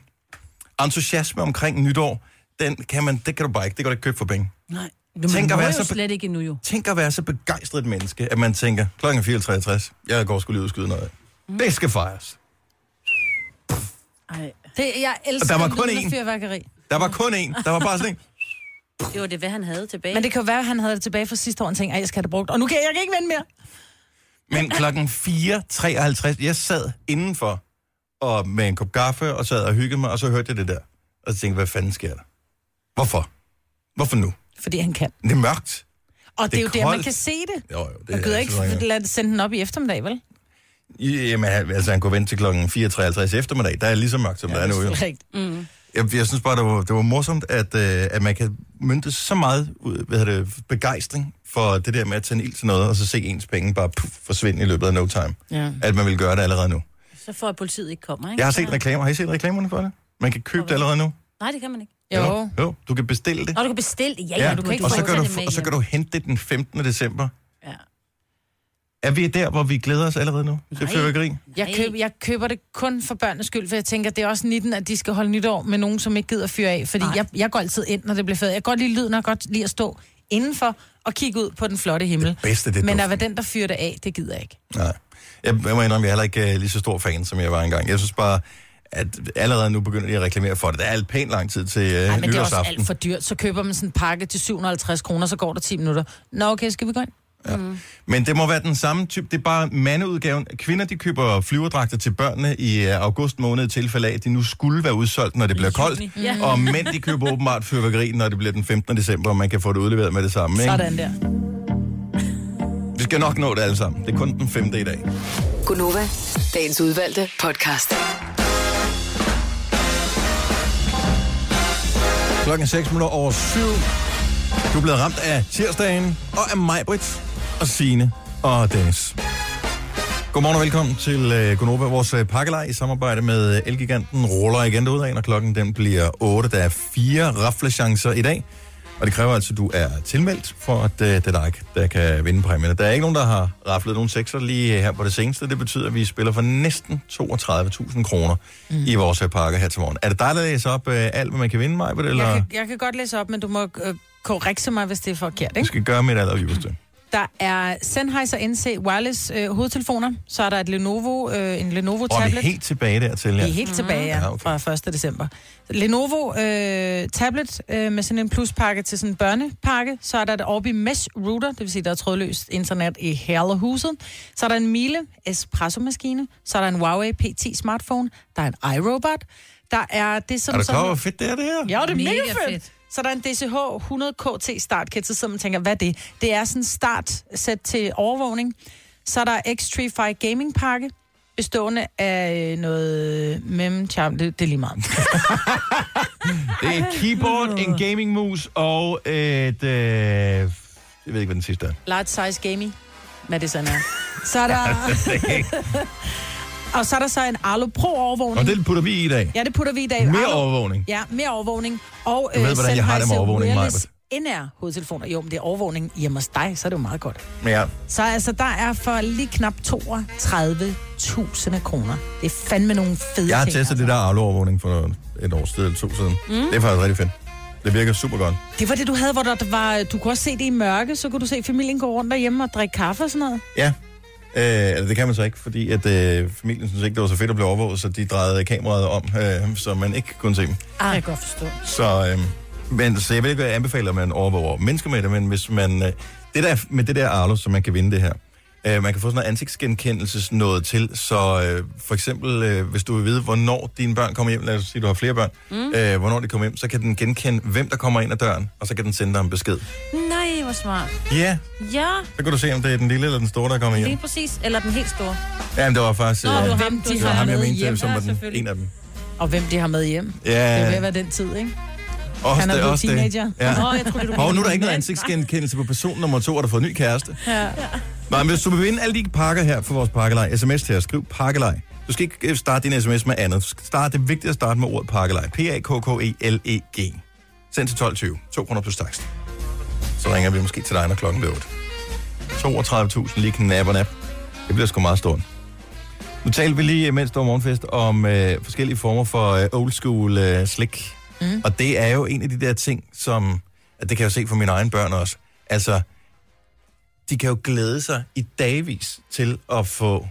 Speaker 1: entusiasme omkring nytår, den kan man, det kan du bare ikke, det kan du ikke købe for penge.
Speaker 3: Nej. Du
Speaker 1: Tænk at
Speaker 3: må
Speaker 1: være
Speaker 3: jo
Speaker 1: så be-
Speaker 3: slet ikke endnu jo.
Speaker 1: Tænk at være så begejstret et menneske, at man tænker, klokken er 4.53, jeg går skulle lige ud og skyde noget af. Det skal fejres.
Speaker 3: Ej.
Speaker 2: Det, jeg
Speaker 1: Og
Speaker 2: elsker
Speaker 1: der var kun
Speaker 2: lyden af
Speaker 1: én.
Speaker 2: fyrværkeri.
Speaker 1: Der var kun en, der var bare sådan en.
Speaker 3: Det var det, hvad han havde tilbage.
Speaker 2: Men det kan jo være, at han havde det tilbage fra sidste år, og han tænkte, at jeg skal have det brugt, og nu kan jeg, jeg kan ikke vende mere.
Speaker 1: Men klokken 4.53, jeg sad indenfor og med en kop kaffe og sad og hyggede mig, og så hørte jeg det der. Og så tænkte jeg, hvad fanden sker der? Hvorfor? Hvorfor nu?
Speaker 2: Fordi han kan.
Speaker 1: Det er mørkt.
Speaker 2: Og det, det er jo
Speaker 1: er
Speaker 2: der, man
Speaker 1: koldt.
Speaker 2: kan se det.
Speaker 1: Jo, jo, det altså-
Speaker 2: Man gider ikke
Speaker 1: sådan,
Speaker 2: lade det sende den op i eftermiddag, vel?
Speaker 1: ja. Jamen, altså, han kunne vente til klokken 4.53 eftermiddag. Der er lige så mørkt, som ja, der er nu. Jo.
Speaker 2: Rigtigt.
Speaker 1: Jeg, jeg synes bare, det var, det var morsomt, at, øh, at man kan mynte så meget ud, hvad hedder det, begejstring for det der med at tænde ild til noget, og så se ens penge bare puff, forsvinde i løbet af no time.
Speaker 2: Ja.
Speaker 1: At man vil gøre det allerede nu.
Speaker 3: Så for at politiet ikke kommer, ikke?
Speaker 1: Jeg har set reklamer. Har I set reklamerne for det? Man kan købe det allerede nu.
Speaker 3: Nej, det kan man ikke.
Speaker 2: Jo.
Speaker 1: Jo, du kan bestille det.
Speaker 3: Og du kan bestille det. Ja, ja, du kan ikke
Speaker 1: og, så
Speaker 3: få
Speaker 1: kan du,
Speaker 3: det med
Speaker 1: og så kan du hente det den 15. december.
Speaker 3: Ja.
Speaker 1: Er vi der, hvor vi glæder os allerede nu? Til
Speaker 3: Nej.
Speaker 1: fyrværkeri?
Speaker 2: Jeg, køb, jeg køber det kun for børnenes skyld, for jeg tænker, det er også 19, at de skal holde nytår med nogen, som ikke gider fyre af. Fordi
Speaker 3: Nej.
Speaker 2: jeg, jeg går altid ind, når det bliver fedt. Jeg kan godt lide lyden, og jeg kan godt lide at stå indenfor og kigge ud på den flotte himmel. Det
Speaker 1: bedste, det er
Speaker 2: Men at være
Speaker 1: duften.
Speaker 2: den, der fyrer det af, det gider jeg ikke.
Speaker 1: Nej. Jeg, jeg må indrømme, jeg er heller ikke øh, lige så stor fan, som jeg var engang. Jeg synes bare, at allerede nu begynder de at reklamere for det. Der er alt pænt lang tid til øh,
Speaker 2: Nej, men det er også
Speaker 1: nytårsaften.
Speaker 2: alt for dyrt. Så køber man sådan en pakke til 750 kroner, så går der 10 minutter. Nå, okay, skal vi gå ind?
Speaker 1: Men det må være den samme type. Det er bare mandeudgaven. Kvinder, de køber flyverdragter til børnene i øh, august måned i tilfælde af, at de nu skulle være udsolgt, når det bliver koldt.
Speaker 3: Ja.
Speaker 1: Og mænd, de køber åbenbart fyrværkeri, når det bliver den 15. december, og man kan få det udleveret med det
Speaker 2: Ah.
Speaker 1: samme. Ikke?
Speaker 2: Sådan der.
Speaker 1: Vi skal nok nå det alle sammen. Det er kun den 5. i dag.
Speaker 4: Gunova, dagens udvalgte podcast.
Speaker 1: Klokken er 6 minutter over 7. Du er blevet ramt af tirsdagen og af mig, Britt, og Signe og Dennis. Godmorgen og velkommen til øh, Gonova, vores øh, pakkelej i samarbejde med øh, Elgiganten. Ruller igen derudad, når klokken den bliver 8. Der er fire raflechancer i dag, og det kræver altså, at du er tilmeldt, for at øh, det er dig, der kan vinde præmierne. Der er ikke nogen, der har raflet nogen sekser lige øh, her på det seneste. Det betyder, at vi spiller for næsten 32.000 kroner mm. i vores øh, pakker her til morgen. Er det dig, der læser op øh, alt, hvad man kan vinde, Majbert, eller
Speaker 2: Jeg kan, jeg kan godt læse op, men du må øh, korrekse mig, hvis det er forkert.
Speaker 1: jeg
Speaker 2: Ikke?
Speaker 1: skal gøre mit allerdybeste?
Speaker 2: Der er Sennheiser NC Wireless øh, hovedtelefoner. Så er der et Lenovo, øh, en
Speaker 1: Og vi er
Speaker 2: Lenovo-tablet.
Speaker 1: helt tilbage dertil.
Speaker 2: Vi
Speaker 1: Ja.
Speaker 2: er helt tilbage ja,
Speaker 1: Mm. Ja, okay.
Speaker 2: fra 1. december. Lenovo øh, tablet øh, med sådan en pluspakke til sådan en børnepakke. Så er der et Orbi Mesh Router, det vil sige, der er trådløst internet i hele huset. Så er der en Miele Espresso-maskine. Så er der en Huawei P10 smartphone. Der er en iRobot. Der er det, som...
Speaker 1: Er du
Speaker 2: som-
Speaker 1: klar, over, hvor fedt det er, det her?
Speaker 2: Ja, det er mega,
Speaker 3: Mega
Speaker 2: fedt.
Speaker 3: fedt.
Speaker 2: Så der er en DCH 100KT startkit, så sidder man og tænker, hvad er det? Det er sådan en startsæt til overvågning. Så er der X35 Gaming Pakke, bestående af øh, noget mem charm, det, det er lige meget.
Speaker 1: Det er et keyboard, en gaming mus og et... Øh, jeg ved ikke, hvad den sidste er.
Speaker 2: Large size gaming, hvad det sådan er. Så er der, og så er der så en Arlo Pro
Speaker 1: Og
Speaker 2: overvågning. Det...
Speaker 1: det putter vi i i dag.
Speaker 2: Ja, det putter vi i dag.
Speaker 1: Mere
Speaker 2: Arlo-
Speaker 1: overvågning.
Speaker 2: Ja, mere overvågning. Og,
Speaker 1: Du ved, hvordan jeg har det med
Speaker 2: Sennheiser
Speaker 1: overvågning,
Speaker 2: Wireless NR hovedtelefoner. Jo, men det er overvågning hjemme hos dig, så er det jo meget godt.
Speaker 1: Ja.
Speaker 2: Så altså, der er for lige knap 32.000 kroner. Det er fandme nogle fede
Speaker 1: Jeg har
Speaker 2: ting.
Speaker 1: testet
Speaker 2: altså.
Speaker 1: det der Arlo-overvågning for et års tid eller to siden. Mm. Det er faktisk rigtig fedt. Det virker super godt.
Speaker 2: Det var det, du havde, hvor der var, du kunne også se det i mørke, så kunne du se familien gå rundt derhjemme og drikke kaffe og sådan noget.
Speaker 1: Ja. Øh, altså, det kan man så ikke, fordi at, øh, familien synes ikke, det var så fedt at blive overvåget, så de drejede kameraet om, øh, så man ikke kunne se dem.
Speaker 2: Ah. Jeg kan godt forstå.
Speaker 1: Så, øh, men, så jeg vil ikke anbefale, at man overvåger mennesker med det, men hvis man... Øh, det der, med det der Arlo, som man kan vinde det her, øh, man kan få sådan noget ansigtsgenkendelses noget til, så øh, for eksempel, øh, hvis du vil vide, hvornår dine børn kommer hjem, lad os sige, du har flere børn, mm. øh, hvornår de kommer hjem, så kan den genkende, hvem der kommer ind ad døren, og så kan den sende dig en besked.
Speaker 3: Nej, hvor smart.
Speaker 1: Ja,
Speaker 3: Ja,
Speaker 1: så kan du se, om det er den lille eller den store, der kommer hjem.
Speaker 3: lige præcis. Eller den helt store.
Speaker 1: Ja, men det var faktisk... Øh,
Speaker 3: Nå, du har
Speaker 2: Hvem
Speaker 3: ham, du
Speaker 2: de
Speaker 1: det
Speaker 2: har
Speaker 1: var ham, jeg
Speaker 2: med
Speaker 1: mente,
Speaker 2: hjem.
Speaker 1: som var
Speaker 3: Ja,
Speaker 1: den,
Speaker 3: selvfølgelig.
Speaker 1: en af dem.
Speaker 2: Og hvem de har med hjem. Det er ved
Speaker 1: Ja,
Speaker 2: at være den tid, ikke?
Speaker 1: også
Speaker 2: Han er
Speaker 1: det,
Speaker 2: blevet
Speaker 1: også
Speaker 2: teenager.
Speaker 1: det. Ja.
Speaker 3: Nå, jeg troede, du
Speaker 1: Og nu er der ikke noget ansigtsgenkendelse på person nummer to, og der har fået ny kæreste. Ja. Nej, men hvis du vil vinde alle de pakker her for vores pakkelej, sms til os, skriv pakkelej. Du skal ikke øh, starte din sms med andet. Du skal starte, det er vigtigt at starte med ordet pakkelej. E P-A-K-K-E-L-E-G. Send til 12.20. 2 kroner plus takst. Så ringer vi måske til dig, når klokken bliver 8. 32.000 lige knap og nap. Det bliver sgu meget stort. Nu talte vi lige, mens der var morgenfest, om øh, forskellige former for øh, old school øh, slik. Mm. Og det er jo en af de der ting, som, at det kan jeg jo se for mine egne børn også, altså, de kan jo glæde sig i dagvis til at få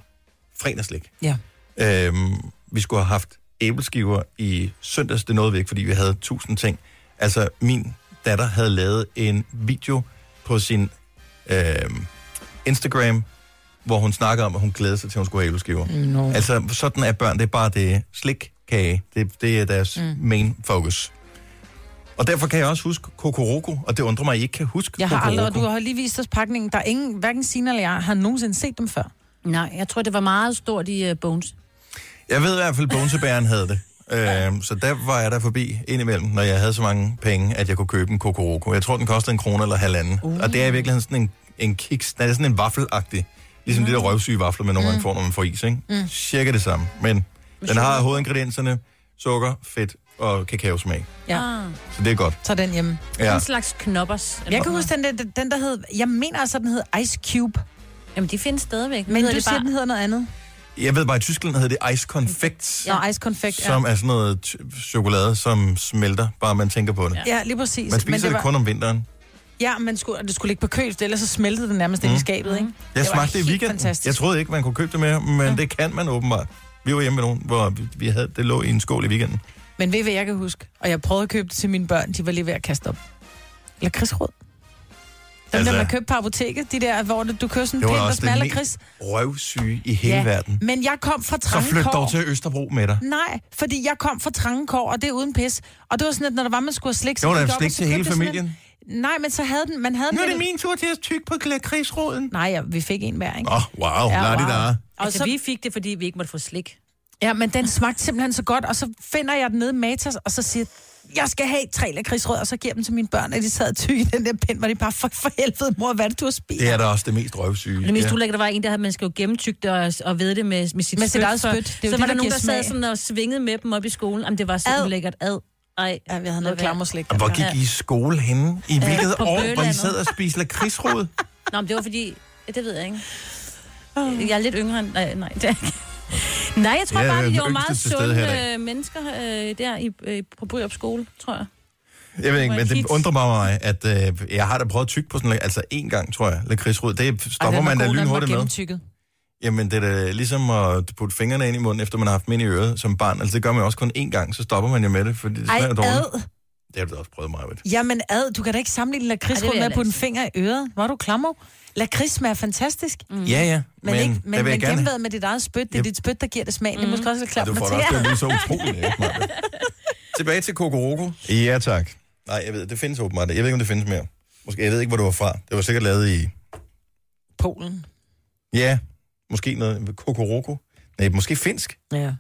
Speaker 1: fredagslik.
Speaker 2: Ja.
Speaker 1: Øhm, vi skulle have haft æbleskiver i søndags, det nåede vi ikke, fordi vi havde tusind ting. Altså, min datter havde lavet en video på sin øhm, Instagram, hvor hun snakker om, at hun glæder sig til, at hun skulle have æbleskiver.
Speaker 2: Mm, No.
Speaker 1: Altså, sådan er børn, det er bare det slik, kage, det, det er deres mm. main focus. Og derfor kan jeg også huske Kokoroko, og det undrer mig, at I ikke kan huske
Speaker 2: Jeg har
Speaker 1: Kokoroko.
Speaker 2: aldrig, og du har lige vist os pakningen. Der er ingen, hverken Sina eller jeg, har nogensinde set dem før.
Speaker 3: Nej, jeg tror, det var meget stort i uh, Bones.
Speaker 1: Jeg ved i hvert fald, at Bonesebæren havde det. Øhm, så der var jeg der forbi indimellem, når jeg havde så mange penge, at jeg kunne købe en Kokoroko. Jeg tror, den kostede en krone eller halvanden. Uh. Og det er i virkeligheden sådan en, en kiks, nej, det er sådan en vaffelagtig. Ligesom mm. de der røvsyge vafler, man nogle gange får, når man får is, ikke? Mm. Cirka det samme. Men den har hovedingredienserne sukker, fedt og kakaosmag.
Speaker 2: Ja.
Speaker 3: Ah.
Speaker 1: Så det er godt.
Speaker 2: Så den hjemme.
Speaker 1: Ja.
Speaker 3: En slags knoppers.
Speaker 2: Jeg kan huske den, der, den der hed, jeg mener altså, den hed Ice Cube.
Speaker 3: Jamen, de findes stadigvæk.
Speaker 2: Men
Speaker 3: Hedder
Speaker 2: du
Speaker 3: det
Speaker 2: siger,
Speaker 3: bare-
Speaker 2: den hedder noget andet.
Speaker 1: Jeg ved bare, i Tyskland hedder det Ice Confect,
Speaker 2: Ja. Nå, Ice Confect. Ja.
Speaker 1: som er sådan noget ty- chokolade, som smelter, bare man tænker på det.
Speaker 2: ja, lige præcis.
Speaker 1: Man spiser
Speaker 2: Men
Speaker 1: det,
Speaker 2: var-
Speaker 1: kun om vinteren.
Speaker 2: Ja, man skulle, og det skulle ligge på køl, for ellers så smeltede det nærmest mm. ind i skabet, ikke?
Speaker 1: Jeg
Speaker 2: var
Speaker 1: smagte det
Speaker 2: helt
Speaker 1: i weekenden.
Speaker 2: fantastisk.
Speaker 1: Fantastisk. Jeg troede ikke, man kunne købe det mere, men ja. det kan man åbenbart. Vi var hjemme med nogen, hvor vi- vi havde, det lå i en skål i weekenden.
Speaker 2: Men ved I, hvad jeg kan huske? Og jeg prøvede at købe det til mine børn, de var lige ved at kaste op. Eller krigsråd. Dem,
Speaker 1: Altså-
Speaker 2: altså, der man købte på apoteket, de der, hvor det, du kører sådan
Speaker 1: Det
Speaker 2: en
Speaker 1: var
Speaker 2: pind og
Speaker 1: også det
Speaker 2: smaller
Speaker 1: mest-
Speaker 2: kris.
Speaker 1: Røvsyge i hele ja. verden.
Speaker 2: Men jeg kom fra
Speaker 1: Så
Speaker 2: trange
Speaker 1: flyt
Speaker 2: kår.
Speaker 1: dog til Østerbro med dig.
Speaker 2: Nej, fordi jeg kom fra trange kår, og det er uden pis. Og det var sådan, at når der var, man skulle have slik,
Speaker 1: Det var da
Speaker 2: gik
Speaker 1: et
Speaker 2: op,
Speaker 1: slik
Speaker 2: og så
Speaker 1: til hele
Speaker 2: købte jeg sådan
Speaker 1: familien.
Speaker 2: Nej, men så havde den... Man havde
Speaker 1: Nu er
Speaker 2: den
Speaker 1: det min tur til at tykke på lakridsråden.
Speaker 2: Nej, ja, vi fik en hver, ikke?
Speaker 1: Åh, oh, wow. Ja, wow. Der.
Speaker 3: Og altså,
Speaker 2: så-
Speaker 3: så... vi fik det, fordi vi ikke måtte få slik.
Speaker 2: Ja, men den smagte simpelthen så godt, og så finder jeg den nede i Matas, og så siger jeg, jeg skal have tre lakridsrød, og så giver jeg dem til mine børn, og de sad tyk i den der pind, hvor de bare, for, for helvede, mor, hvad er det, du har spist?
Speaker 1: Det er da også det mest røvsyge.
Speaker 3: Men det mest
Speaker 1: Ja.
Speaker 3: ulækkert var en, der havde, man skal jo gennemtygge det og, og ved det med, med sit,
Speaker 2: Med sit eget
Speaker 3: før.
Speaker 2: spyt. Det er jo det,
Speaker 3: så var der
Speaker 2: der
Speaker 3: nogen,
Speaker 2: giver
Speaker 3: der sad
Speaker 2: smag.
Speaker 3: sådan og svingede med dem op i skolen. Jamen, det var så
Speaker 2: Ad.
Speaker 3: ulækkert. Ad. Ej,
Speaker 2: Ja, vi havde
Speaker 3: lad
Speaker 2: noget
Speaker 3: være.
Speaker 2: klammerslik.
Speaker 1: Hvor gik I i skole henne? I hvilket
Speaker 3: på
Speaker 1: år, hvor I
Speaker 3: Bøgelandet.
Speaker 1: sad og spiste lakridsrod?
Speaker 3: Nå, men det var fordi... Ja, det ved jeg ikke. Jeg er lidt yngre end... Nej, nej det er jeg ikke. Nej, jeg tror
Speaker 1: Ja,
Speaker 3: ja, bare,
Speaker 1: den
Speaker 3: at de var
Speaker 1: yngste
Speaker 3: meget
Speaker 1: til stede her i
Speaker 3: sunde
Speaker 1: dag.
Speaker 3: øh, mennesker øh, der i, øh, på Bryrup skole, tror jeg.
Speaker 1: Jeg ved ikke,
Speaker 3: Hvor
Speaker 1: men det
Speaker 3: tit.
Speaker 1: undrer bare mig, at øh, jeg har da prøvet at tykke på sådan en, altså en gang, tror jeg, lakridsrod. Det stopper man da lynhurtigt med.
Speaker 2: med.
Speaker 1: Jamen, det er da ligesom at putte fingrene ind i munden, efter man har haft dem ind i øret som barn. Altså, det gør man jo også kun én gang, så stopper man jo med det, fordi det
Speaker 2: Ej,
Speaker 1: smager dårligt.
Speaker 2: ad.
Speaker 1: Det har du da også prøvet mig, ved.
Speaker 2: Jamen ad, du kan da ikke sammenligne
Speaker 3: Ej, det
Speaker 2: lakridsrød
Speaker 3: vil
Speaker 2: med
Speaker 3: jeg
Speaker 2: at putte en
Speaker 3: altså.
Speaker 2: finger i øret. Var du klammer? Lakrids smager fantastisk, mm.
Speaker 1: Mm. Ja, ja.
Speaker 2: men, men, ikke,
Speaker 1: der
Speaker 2: men,
Speaker 1: vil
Speaker 2: men
Speaker 1: jeg gerne...
Speaker 2: gennemværet med dit eget spyt. Det er
Speaker 1: Yep.
Speaker 2: dit spyt, der giver det smag. Mm. Det er måske også lidt
Speaker 1: Ja,
Speaker 2: klart.
Speaker 1: du får det
Speaker 2: til.
Speaker 1: også til at lyde så utroligt. ikke, Maja? Tilbage til Kokoroko. Ja, tak. Nej, jeg ved, det findes åbenbart. Jeg ved ikke, om det findes mere. Måske, jeg ved ikke, hvor du var fra. Det var sikkert lavet i...
Speaker 2: Polen.
Speaker 1: Ja, måske noget Kokoroko. Nej, måske finsk.
Speaker 2: Ja.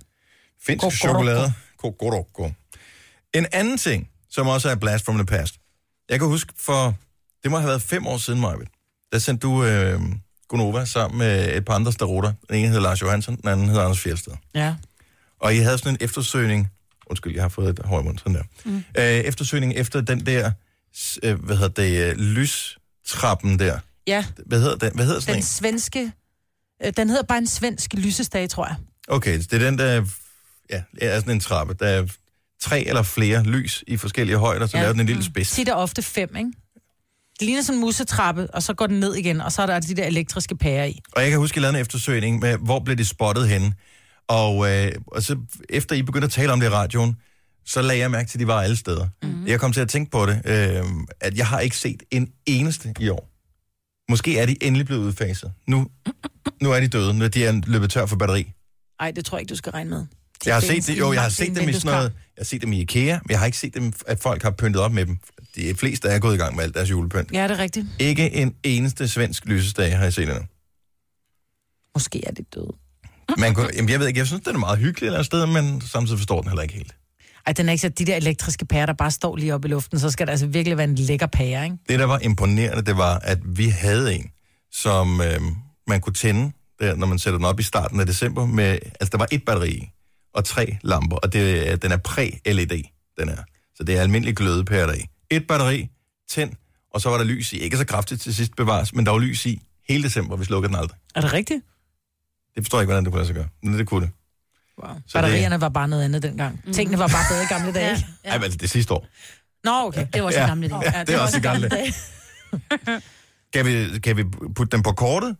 Speaker 1: Finsk
Speaker 2: Kokoroko.
Speaker 1: chokolade. Kokoroko. En anden ting, som også er a blast from the past. Jeg kan huske for, det må have været fem år siden, Marvind. Der sendte du øh, Gunova sammen med et par andre starotter. Den ene hedder Lars Johansen, den anden hedder Anders Fjeldsted.
Speaker 2: ja.
Speaker 1: Og I havde sådan en eftersøgning. Undskyld, jeg har fået et hår i munden, sådan der. Mm. Øh, eftersøgning efter den der, s- øh, hvad hedder det, øh, lystrappen der.
Speaker 2: Ja,
Speaker 1: Hvad hedder den? Hvad hedder sådan
Speaker 2: den
Speaker 1: en?
Speaker 2: svenske... øh, Den hedder bare en svensk lysestage, tror jeg.
Speaker 1: Okay, det er den, der ja, er sådan en trappe. Der er tre eller flere lys i forskellige højder, så ja.
Speaker 2: Ja. Mm.
Speaker 1: laver den en lille spids.
Speaker 2: tit og ofte fem, ikke? Det ligner sådan en musetrappe, og så går den ned igen, og så er der altså de der elektriske pærer i.
Speaker 1: Og jeg kan huske, at jeg lavede en eftersøgning med, hvor blev det spottet henne. Og, øh, og så efter I begyndte at tale om det i radioen, så lagde jeg mærke til, at de var alle steder. Mm-hmm. Jeg kom til at tænke på det, øh, at jeg har ikke set en eneste i år. Måske er de endelig blevet udfaset. Nu, nu er de døde, når de er løbet tør for batteri.
Speaker 2: Ej, det tror jeg ikke, du skal regne med.
Speaker 1: Jeg har
Speaker 2: findes
Speaker 1: set det,
Speaker 2: i
Speaker 1: jo, jeg har
Speaker 2: mange-
Speaker 1: set
Speaker 2: en
Speaker 1: dem i sådan noget, jeg har set dem i IKEA, men jeg har ikke set dem, at folk har pyntet op med dem. De fleste er gået i gang med alt deres julepynt.
Speaker 2: Ja, det er rigtigt.
Speaker 1: Ikke en eneste svensk lysesdag har jeg set endnu.
Speaker 2: Måske er det døde.
Speaker 1: Man kunne, jamen jeg ved ikke, jeg synes, den er meget hyggelig et eller andet sted, men samtidig forstår den heller ikke helt.
Speaker 2: Ej, den er ikke så de der elektriske pærer, der bare står lige oppe i luften, så skal der altså virkelig være en lækker pære, ikke?
Speaker 1: Det, der var imponerende, det var, at vi havde en, som øh, man kunne tænde, der, når man sætter den op i starten af december. Med, altså, der var et batteri i, og tre lamper, og det, øh, den er præ-LED, den er. Så det er almindelig glødepære deri. Et batteri, tænd, og så var der lys i. Ikke så kraftigt til sidst bevares, men der var lys i hele december, vi slukkede den aldrig.
Speaker 2: Er det rigtigt?
Speaker 1: Det forstår jeg ikke, hvordan det kunne lade sig gøre, men det kunne det.
Speaker 2: Wow.
Speaker 1: Så
Speaker 2: Batterierne var bare noget andet dengang. Mm. Tingene var bare bedre i gamle dage.
Speaker 3: Ja.
Speaker 2: ikke?
Speaker 1: Ja. Ej, men altså, det sidste år.
Speaker 2: Nå, okay.
Speaker 3: Det var også
Speaker 1: Ja.
Speaker 3: ja. gamle dage.
Speaker 1: Ja, det er også i gamle dage. Kan vi, kan vi putte dem på kortet?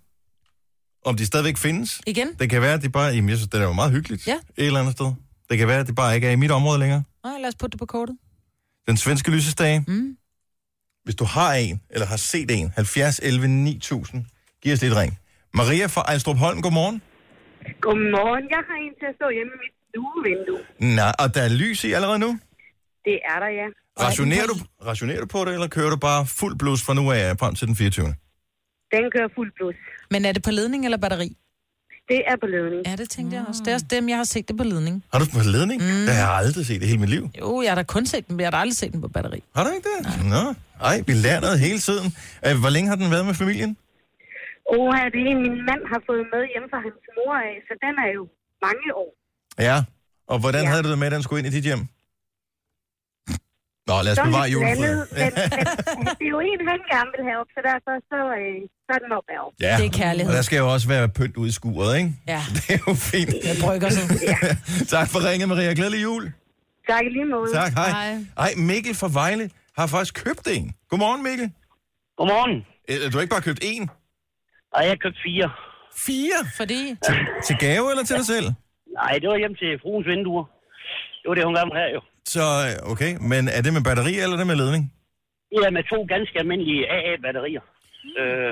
Speaker 1: Om de stadigvæk findes?
Speaker 2: Igen?
Speaker 1: Det kan være, at de bare... Jamen, jeg synes, det er jo meget hyggeligt.
Speaker 2: Ja.
Speaker 1: Et eller andet sted. Det kan være, at det bare ikke er i mit område længere.
Speaker 2: Nå, lad os putte det på kortet.
Speaker 1: Den svenske lysestage.
Speaker 2: Mm.
Speaker 1: Hvis du har en, eller har set en, 70 11 9000, giv os lidt ring. Maria fra Ejlstrup Holm, godmorgen.
Speaker 7: Godmorgen. Jeg har en til at stå hjemme i mit stuevindue.
Speaker 1: Nej, og der er lys i allerede nu.
Speaker 7: Det er der, ja.
Speaker 1: Rationerer du, rationerer du på det, eller kører du bare fuld blus fra nu af øh, frem til den 24.
Speaker 7: Den kører fuld blus.
Speaker 2: Men er det på ledning eller batteri?
Speaker 7: Det er på ledning.
Speaker 2: Ja, det tænkte jeg også. Det er også dem, jeg har set det på ledning.
Speaker 1: Har du den på ledning? Mm. Det har jeg aldrig set i hele mit liv.
Speaker 2: Jo, jeg har da kun set dem, jeg har da aldrig set dem på batteri.
Speaker 1: Har du ikke det? Nå. Ej, vi lærer noget hele tiden. Øh, Hvor længe har den været med familien?
Speaker 7: Oha, det er en, min mand har fået med hjem fra hans mor af, så den er jo mange år.
Speaker 1: Ja. Og hvordan ja.
Speaker 7: Ja.
Speaker 1: havde du det med, at den skulle ind i dit hjem? Nå, lad os
Speaker 7: Så er
Speaker 1: bevare
Speaker 7: lidt blandet,
Speaker 1: julefreden.
Speaker 7: men, men, det er jo en, han gerne vil have op, så derfor så, øh, så er den op af op.
Speaker 1: Ja.
Speaker 2: Det er kærlighed.
Speaker 1: Og der skal jo også være pynt ude i skuret, ikke?
Speaker 2: Ja.
Speaker 1: Det er jo fint.
Speaker 2: Jeg brygger sådan.
Speaker 1: tak for ringet, Maria. Glædelig jul.
Speaker 7: Tak i lige måde.
Speaker 1: Tak, hej. Hej, Ej, Mikkel fra Vejle har faktisk købt en. Godmorgen, Mikkel.
Speaker 8: Godmorgen.
Speaker 1: Eller, du har ikke bare købt en.
Speaker 8: Og jeg købte fire.
Speaker 1: Fire?
Speaker 2: Fordi,
Speaker 1: Til gave eller til dig selv?
Speaker 8: Nej, det var hjem til fruens vinduer. Det var det, hun gav mig her jo.
Speaker 1: Så, øh, okay. Men er det med batteri eller er det med ledning?
Speaker 8: Det er med to ganske almindelige AA-batterier. Øh,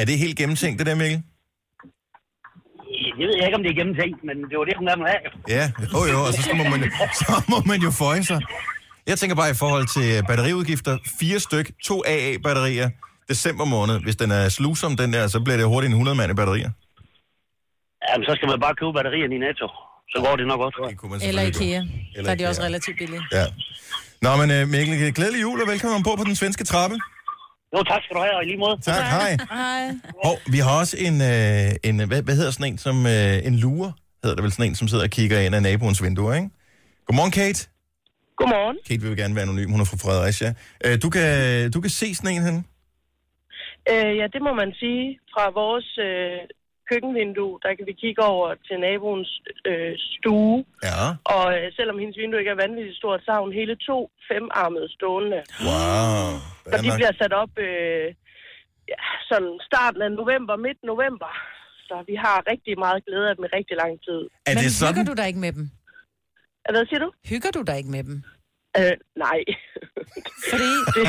Speaker 1: Er det helt gennemtænkt, det der, Mikkel?
Speaker 8: jeg ved ikke, om det er gennemtænkt, men det var det, hun gav mig her jo.
Speaker 1: Ja, jo jo, og så, skal man, så må man jo føje sig. Jeg tænker bare i forhold til batteriudgifter. Fire styk, to AA-batterier, december måned. Hvis den er slusom, den der, så bliver det hurtigt en 100 mand i batterier.
Speaker 8: Jamen, så skal man bare købe batterierne i Netto. Så går det nok godt.
Speaker 1: Det kunne man
Speaker 2: Eller
Speaker 1: selvfølgelig godt.
Speaker 2: IKEA. Der er de
Speaker 1: IKEA.
Speaker 2: også relativt billige.
Speaker 1: Ja. Nå, men øh, Mikkel, glædelig jul og velkommen ombord på den svenske trappe.
Speaker 8: Jo, tak skal du have, og i lige måde.
Speaker 1: Tak, hej.
Speaker 2: Hej.
Speaker 1: Og vi har også en, øh, en øh, hvad, hvad hedder sådan en, som øh, en lure, hedder det vel sådan en, som sidder og kigger ind ad naboens vinduer, ikke? Godmorgen, Kate.
Speaker 9: Godmorgen.
Speaker 1: Kate vil gerne være anonym, hun er fra Fredericia. Øh, du, kan, du kan se sådan en henne.
Speaker 9: Øh, ja, det må man sige. Fra vores øh, køkkenvindue, der kan vi kigge over til naboens øh, stue.
Speaker 1: Ja.
Speaker 9: Og øh, selvom hendes vindue ikke er vanvittigt stort, så har hun hele to femarmede stående.
Speaker 1: Wow.
Speaker 9: Og
Speaker 1: Fair
Speaker 9: de
Speaker 1: nok.
Speaker 9: bliver sat op øh, ja, sådan starten af november, midt november. Så vi har rigtig meget glæde af dem i rigtig lang tid.
Speaker 1: Er
Speaker 2: Men
Speaker 1: det
Speaker 2: hygger
Speaker 1: sådan?
Speaker 2: du dig ikke med dem?
Speaker 9: Hvad siger du?
Speaker 2: Hygger du dig ikke med dem?
Speaker 9: Øh, nej.
Speaker 2: Fordi
Speaker 9: Det,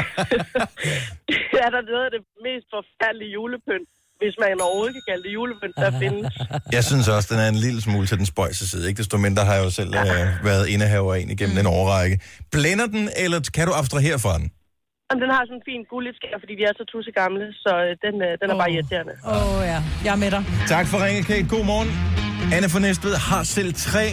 Speaker 9: det er da noget af det mest forfærdelige julepynt, hvis man overhovedet kan kalde det julepynt, der findes.
Speaker 1: Jeg synes også, den er en lille smule til den spøjse side. Ikke desto mindre har jeg jo selv øh, været indehaver af en igennem mm. en årrække. Blænder den, eller kan du abstrahere fra den?
Speaker 9: Jamen, den har sådan en fin gulligt skær, fordi de er så tusse gamle, så øh, den, øh, den er bare
Speaker 2: Åh.
Speaker 9: irriterende.
Speaker 2: Åh oh, ja, jeg er med dig.
Speaker 1: Tak for ringet, Kate. God morgen. Anne fra Næstved har selv tre.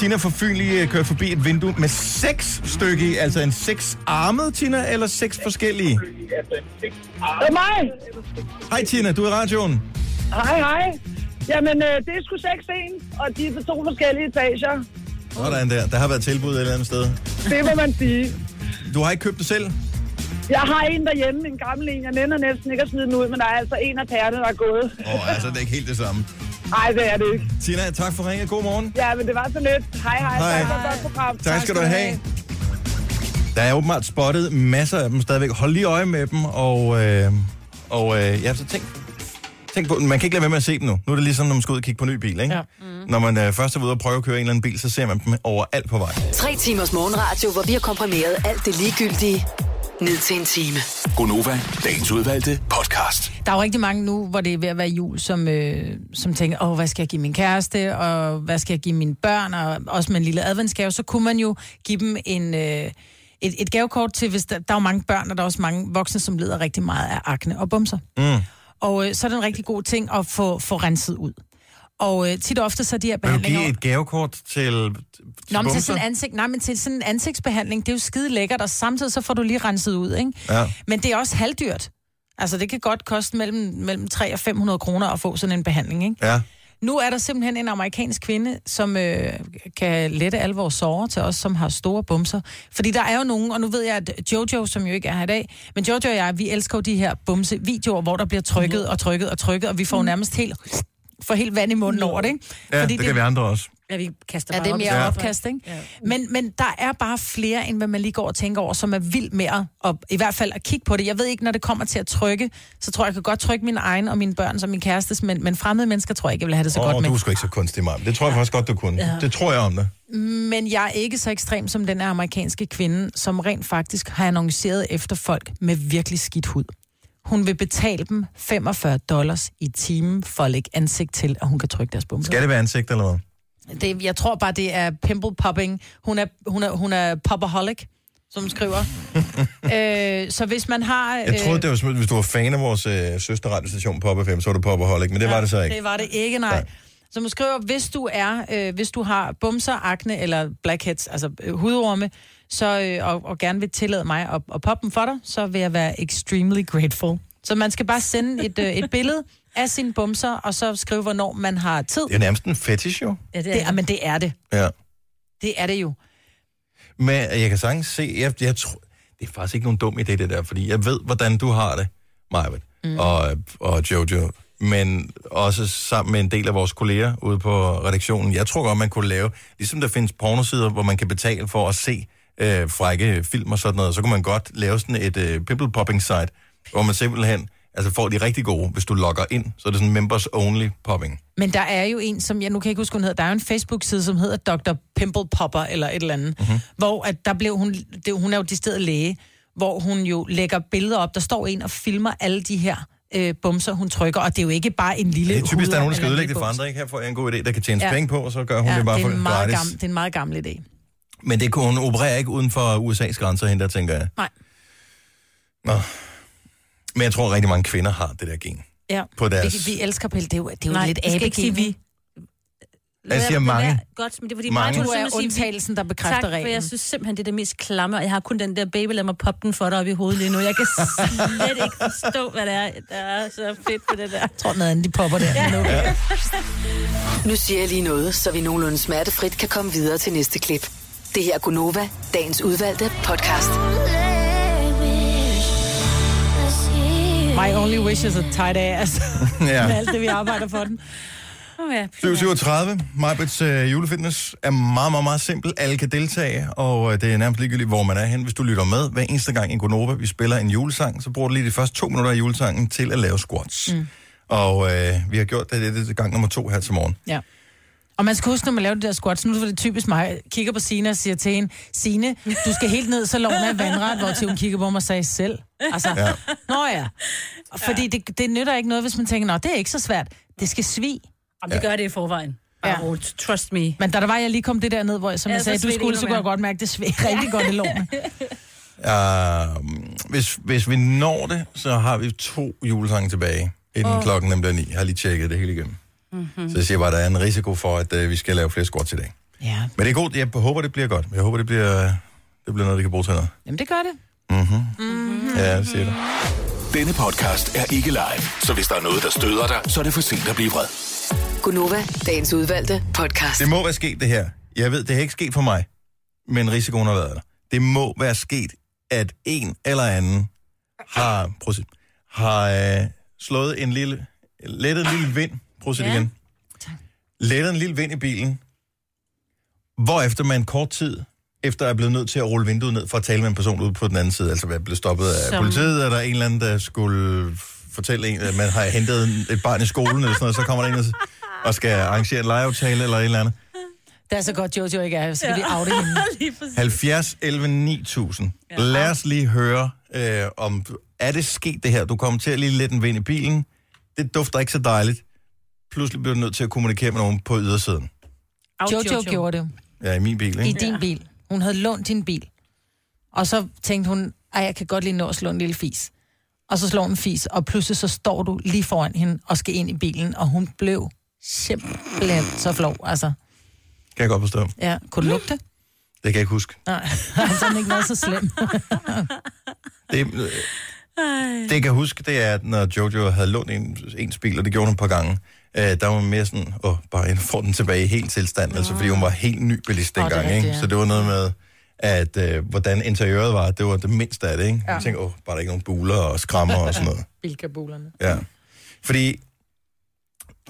Speaker 1: Tina fra Fyn lige øh, kørt forbi et vindue med seks stykke i. Altså en seks armet, Tina, eller seks forskellige?
Speaker 9: Det er mig!
Speaker 1: Hej, Tina. Du er i radioen.
Speaker 9: Hej, hej! Jamen, øh, det er sgu 6 en, og de er på to forskellige etager.
Speaker 1: Sådan der. Der har været tilbud et eller andet sted.
Speaker 9: Det må man sige.
Speaker 1: Du har ikke købt det selv?
Speaker 9: Jeg har en derhjemme, en gammel en. Jeg nænder næsten ikke at smide den ud, men der er altså en af pærerne, der er gået.
Speaker 1: Åh, oh, altså, det er ikke helt det samme.
Speaker 9: Nej, det er det ikke.
Speaker 1: Tina, tak for ringet. God morgen.
Speaker 9: Ja, men det var så lidt. Hej, hej.
Speaker 1: Hej.
Speaker 9: Tak for et godt program.
Speaker 1: Tak skal du have. Der er åbenbart spottet masser af dem stadigvæk. Hold lige øje med dem, og, øh, og øh, ja, så tænk, tænk på, man kan ikke lade være med at se dem nu. Nu er det ligesom, når man skal ud og kigge på en ny bil, ikke?
Speaker 2: Ja.
Speaker 1: Mm. Når man øh, først er ude og prøve at køre en eller anden bil, så ser man dem overalt på vej.
Speaker 4: Tre timers morgenradio, hvor vi har komprimeret alt det ligegyldige ned til en time.
Speaker 5: Gonova, dagens udvalgte podcast.
Speaker 2: Der er jo rigtig mange nu, hvor det er ved at være jul, som, øh, som tænker, åh, hvad skal jeg give min kæreste, og hvad skal jeg give mine børn, og også med en lille adventsgave, så kunne man jo give dem en, øh, et, et gavekort til, hvis der, der er jo mange børn, og der er også mange voksne, som lider rigtig meget af akne og bumser. Mm. Og øh, så er det en rigtig god ting at få, få renset ud. Og øh, tit og ofte så er de her
Speaker 1: Vil du
Speaker 2: behandlinger...
Speaker 1: give et gavekort til, til
Speaker 2: Nå, men til
Speaker 1: bumser?
Speaker 2: sådan, en ansigt, nej, men til sådan en ansigtsbehandling, det er jo skide lækkert, og samtidig så får du lige renset ud, ikke?
Speaker 1: Ja.
Speaker 2: Men det er også halvdyrt. Altså, det kan godt koste mellem, mellem 300 og 500 kroner at få sådan en behandling, ikke?
Speaker 1: Ja.
Speaker 2: Nu er der simpelthen en amerikansk kvinde, som øh, kan lette alle vores sorger til os, som har store bumser. Fordi der er jo nogen, og nu ved jeg, at Jojo, som jo ikke er her i dag, men Jojo og jeg, vi elsker jo de her bumse-videoer, hvor der bliver trykket og trykket og trykket, og vi får jo nærmest helt, får helt vand i munden over det, ikke?
Speaker 1: Mm. Ja,
Speaker 2: Fordi
Speaker 1: det, det kan vi andre også.
Speaker 3: Ja, vi kaster
Speaker 2: Ja,
Speaker 3: bare
Speaker 2: det er
Speaker 3: op.
Speaker 2: mere
Speaker 1: Ja.
Speaker 2: ja. opkast, ikke? Ja. Men, men der er bare flere, end hvad man lige går og tænker over, som er vild med at, og i hvert fald at kigge på det. Jeg ved ikke, når det kommer til at trykke, så tror jeg, jeg kan godt trykke min egen og mine børn og min kærestes, men, men fremmede mennesker tror jeg ikke, jeg vil have det så
Speaker 1: Åh,
Speaker 2: oh, godt
Speaker 1: oh,
Speaker 2: med.
Speaker 1: du er sgu ikke så kunstig, Maja. Det tror jeg faktisk godt, du kunne. Ja. Det tror jeg om dig.
Speaker 2: Men jeg er ikke så ekstrem som den her amerikanske kvinde, som rent faktisk har annonceret efter folk med virkelig skidt hud. Hun vil betale dem 45 dollars i timen for at lægge ansigt til, at hun kan trykke deres bumser.
Speaker 1: Skal det være ansigt eller hvad?
Speaker 2: Det, jeg tror bare, det er pimple popping. Hun er, hun er, hun er popaholic, som hun skriver. øh, så hvis man har... øh,
Speaker 1: Jeg troede, det var som, hvis du var fan af vores øh, søsterradiostation Pop FM, så var du Pop Holic, men det ja, var det så ikke.
Speaker 2: Det var det ikke, nej.
Speaker 1: Nej.
Speaker 2: nej. Så hun skriver, hvis du er, øh, hvis du har bumser, akne eller blackheads, altså øh, hudorme, så, øh, og, og gerne vil tillade mig at, at poppe dem for dig, så vil jeg være extremely grateful. Så man skal bare sende et, øh, et billede af sine bumser, og så skrive, hvornår man har tid.
Speaker 1: Det er nærmest en fetish, jo.
Speaker 3: Ja, det
Speaker 2: Det er,
Speaker 3: er,
Speaker 2: men det er det.
Speaker 1: Ja.
Speaker 2: Det er det jo.
Speaker 1: Men jeg kan sagtens se, jeg, jeg tror, det er faktisk ikke nogen dum idé, det der, fordi jeg ved, hvordan du har det, Majbet mm. og, og Jojo, men også sammen med en del af vores kolleger ude på redaktionen. Jeg tror godt, man kunne lave, ligesom der findes pornosider, hvor man kan betale for at se øh, frække film og sådan noget, så kunne man godt lave sådan et øh, pimple popping site, hvor man simpelthen altså får de rigtig gode, hvis du logger ind, så er det sådan members only popping.
Speaker 2: Men der er jo en, som jeg nu kan jeg ikke huske, hun hedder. Der er jo en Facebook-side, som hedder Dr. Pimple Popper eller et eller andet.
Speaker 1: Mhm.
Speaker 2: Mm-hmm. Hvor at der blev hun, det, hun er jo distilleret læge, hvor hun jo lægger billeder op. Der står en og filmer alle de her øh, bumser, hun trykker. Og det er jo ikke bare en lille
Speaker 1: Det er typisk, der er nogen, der skal
Speaker 2: hudorm eller en
Speaker 1: ødelægge det
Speaker 2: lille
Speaker 1: for
Speaker 2: bums.
Speaker 1: andre, ikke? Her får jeg en god idé, der kan tjene ja.
Speaker 2: Ja.
Speaker 1: penge på, og så gør hun ja, det
Speaker 2: Ja,
Speaker 1: bare
Speaker 2: det, er
Speaker 1: for
Speaker 2: en meget
Speaker 1: gratis.
Speaker 2: gammel, det er en meget gammel idé.
Speaker 1: Men det kunne hun operere ikke uden for USA's grænser, hende der, tænker jeg.
Speaker 2: Nej.
Speaker 1: Nå. Men jeg tror, rigtig mange kvinder har det der gen.
Speaker 2: Ja.
Speaker 1: På deres...
Speaker 2: Vi, vi elsker pille, det er jo, det er jo
Speaker 3: Nej,
Speaker 2: lidt
Speaker 3: du skal ikke sige
Speaker 2: abegivende.
Speaker 3: vi.
Speaker 1: Jeg siger mange.
Speaker 3: Godt, men det er fordi,
Speaker 1: Mange.
Speaker 3: mange.
Speaker 2: Du
Speaker 3: Mig,
Speaker 2: er undtagelsen, der bekræfter
Speaker 3: Tak, for
Speaker 2: reglen.
Speaker 3: jeg synes simpelthen, det er det mest klamme, og jeg har kun den der baby, lad mig poppe den for dig op i hovedet lige nu. Jeg kan slet ikke forstå, hvad det er, der er så fedt på det der.
Speaker 2: Jeg tror, noget andet, de popper der. Ja. Okay.
Speaker 4: Nu siger jeg lige noget, så vi nogenlunde smertefrit kan komme videre til næste klip. Det her er Gunova, dagens udvalgte podcast.
Speaker 2: My only wish is a tight ass. Med
Speaker 1: Ja.
Speaker 2: alt det, vi arbejder for den.
Speaker 3: Oh, ja.
Speaker 1: 737, Majbrits øh, julefitness er meget, meget, meget simpel. Alle kan deltage, og øh, det er nærmest ligegyldigt, hvor man er hen. Hvis du lytter med hver eneste gang i Gonova, vi spiller en julesang, så bruger du lige de første to minutter af julesangen til at lave squats. Mm. Og øh, vi har gjort det, det, det er gang nummer to her til morgen.
Speaker 2: Ja. Og man skal huske, når man laver de der squats, nu er det typisk mig, kigger på Sina og siger til hende, Sine, du skal helt ned, så lov er vandret, hvor til hun kigger på mig og sagde selv. Altså, ja. nå ja. Og Fordi det, det nytter ikke noget, hvis man tænker, nå, det er ikke så svært. Det skal svi.
Speaker 3: Jamen, vi gør det i forvejen. Bare
Speaker 2: Ja.
Speaker 3: roligt. Trust me.
Speaker 2: Men da der var, jeg lige kom det der ned, hvor jeg, som
Speaker 3: Ja,
Speaker 2: ja, jeg
Speaker 3: så
Speaker 2: sagde,
Speaker 3: sved
Speaker 2: du
Speaker 3: det
Speaker 2: skulle,
Speaker 3: endnu
Speaker 2: så kunne jeg
Speaker 3: mere.
Speaker 2: godt mærke, det sved rigtig godt i lårene.
Speaker 1: Uh, hvis, hvis vi når det, så har vi to julesange tilbage, inden oh. klokken den bliver ni. Jeg har lige tjekket det hele igennem. Mm-hmm. Så jeg siger bare, at der er en risiko for, at uh, vi skal lave flere squats i dag.
Speaker 2: Ja,
Speaker 1: Men det er godt. Jeg håber, det bliver godt. Jeg håber, det bliver, det bliver noget, vi kan bruge til noget.
Speaker 2: jamen det gør det.
Speaker 1: Ja, jeg siger det.
Speaker 5: Denne podcast er ikke live, så hvis der er noget, der støder dig, så er det for sent at blive vred.
Speaker 4: Gunova, dagens udvalgte podcast.
Speaker 1: Det må være sket, det her. Jeg ved, det har ikke sket for mig, men risikoen har været der. Det må være sket, at en eller anden har, prøv at se, har øh, slået en lille, lettet en lille vind, prøv at se det
Speaker 3: Ja.
Speaker 1: igen, lettet en lille vind i bilen, hvorefter man kort tid efter er blevet nødt til at rulle vinduet ned for at tale med en person ude på den anden side, altså hvad blev stoppet af
Speaker 3: Som-
Speaker 1: politiet, er der en eller anden, der skulle fortælle en, at man har hentet en- et barn i skolen, eller sådan noget, så kommer der en og s- og skal arrangere en legeaftale eller et eller andet.
Speaker 2: Det er så godt, Jojo ikke er, så kan vi oute hende.
Speaker 3: Lige præcis.
Speaker 1: 70 11 9000. Ja. Lad os lige høre, øh, om er det sket det her? Du kommer til at lige lidt en vind i bilen. Det dufter ikke så dejligt. Pludselig bliver du nødt til at kommunikere med nogen på ydersiden.
Speaker 3: Out,
Speaker 2: Jojo, Jojo gjorde det.
Speaker 1: Ja, i min bil,
Speaker 2: I
Speaker 1: ikke?
Speaker 2: din bil. Hun havde lånt din bil. Og så tænkte hun, ej, jeg kan godt lige nå at slå en lille fis. Og så slår hun en fis, og pludselig så står du lige foran hende og skal ind i bilen, og hun blev simpelthen så flov. Altså,
Speaker 1: Kan jeg godt forstå. Det
Speaker 2: ja, kunne du lugte?
Speaker 1: kan jeg ikke huske.
Speaker 2: Nej, altså, har ikke været så slem.
Speaker 1: Det, øh, det jeg kan huske, det er, at når Jojo havde lånt en, ens bil, og det gjorde hun et par gange, øh, der var man mere sådan, åh, bare jeg får den tilbage i helt tilstand, altså fordi hun var helt ny bilist
Speaker 2: Åh, det er
Speaker 1: dengang, ikke?
Speaker 2: rigtigt, ja.
Speaker 1: Så det var noget med, at øh, hvordan interiøret var, det var det mindste af det, ikke? Ja. Jeg tænkte, åh, bare der ikke nogen buler og skrammer og sådan noget.
Speaker 2: Bilkabulerne.
Speaker 1: Ja. Fordi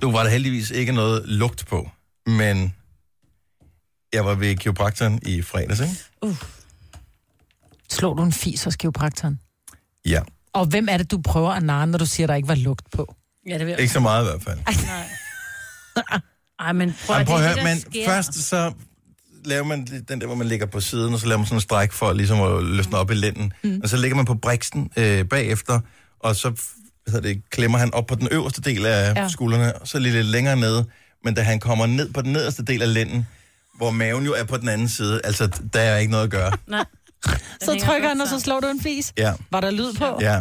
Speaker 1: du var der heldigvis ikke noget lugt på, men jeg var ved kiropraktoren i fredags, ikke?
Speaker 2: Slår du en fis hos kiropraktoren?
Speaker 1: Ja.
Speaker 2: Og hvem er det, du prøver at narre, når du siger, der ikke var lugt på?
Speaker 3: Ja, det vil jeg.
Speaker 1: Ikke så meget i hvert fald.
Speaker 3: Ej, men prøv,
Speaker 1: Jamen, prøv at
Speaker 3: det er
Speaker 1: høre,
Speaker 3: det, der
Speaker 1: men
Speaker 3: sker.
Speaker 1: først så laver man lige den der, hvor man ligger på siden, og så laver man sådan en stræk for ligesom at løsne op i lænden. Mm. Og så ligger man på briksen øh, bagefter, og så f- hvad hedder det, klemmer han op på den øverste del af ja.
Speaker 2: Ja.
Speaker 1: skuldrene, og så lige lidt længere nede. Men da han kommer ned på den nederste del af lænden, hvor maven jo er på den anden side, altså der er ikke noget at gøre.
Speaker 3: Nej.
Speaker 2: Så trykker han, og så slår du en fis.
Speaker 1: Ja,
Speaker 2: Var der lyd på?
Speaker 1: ja.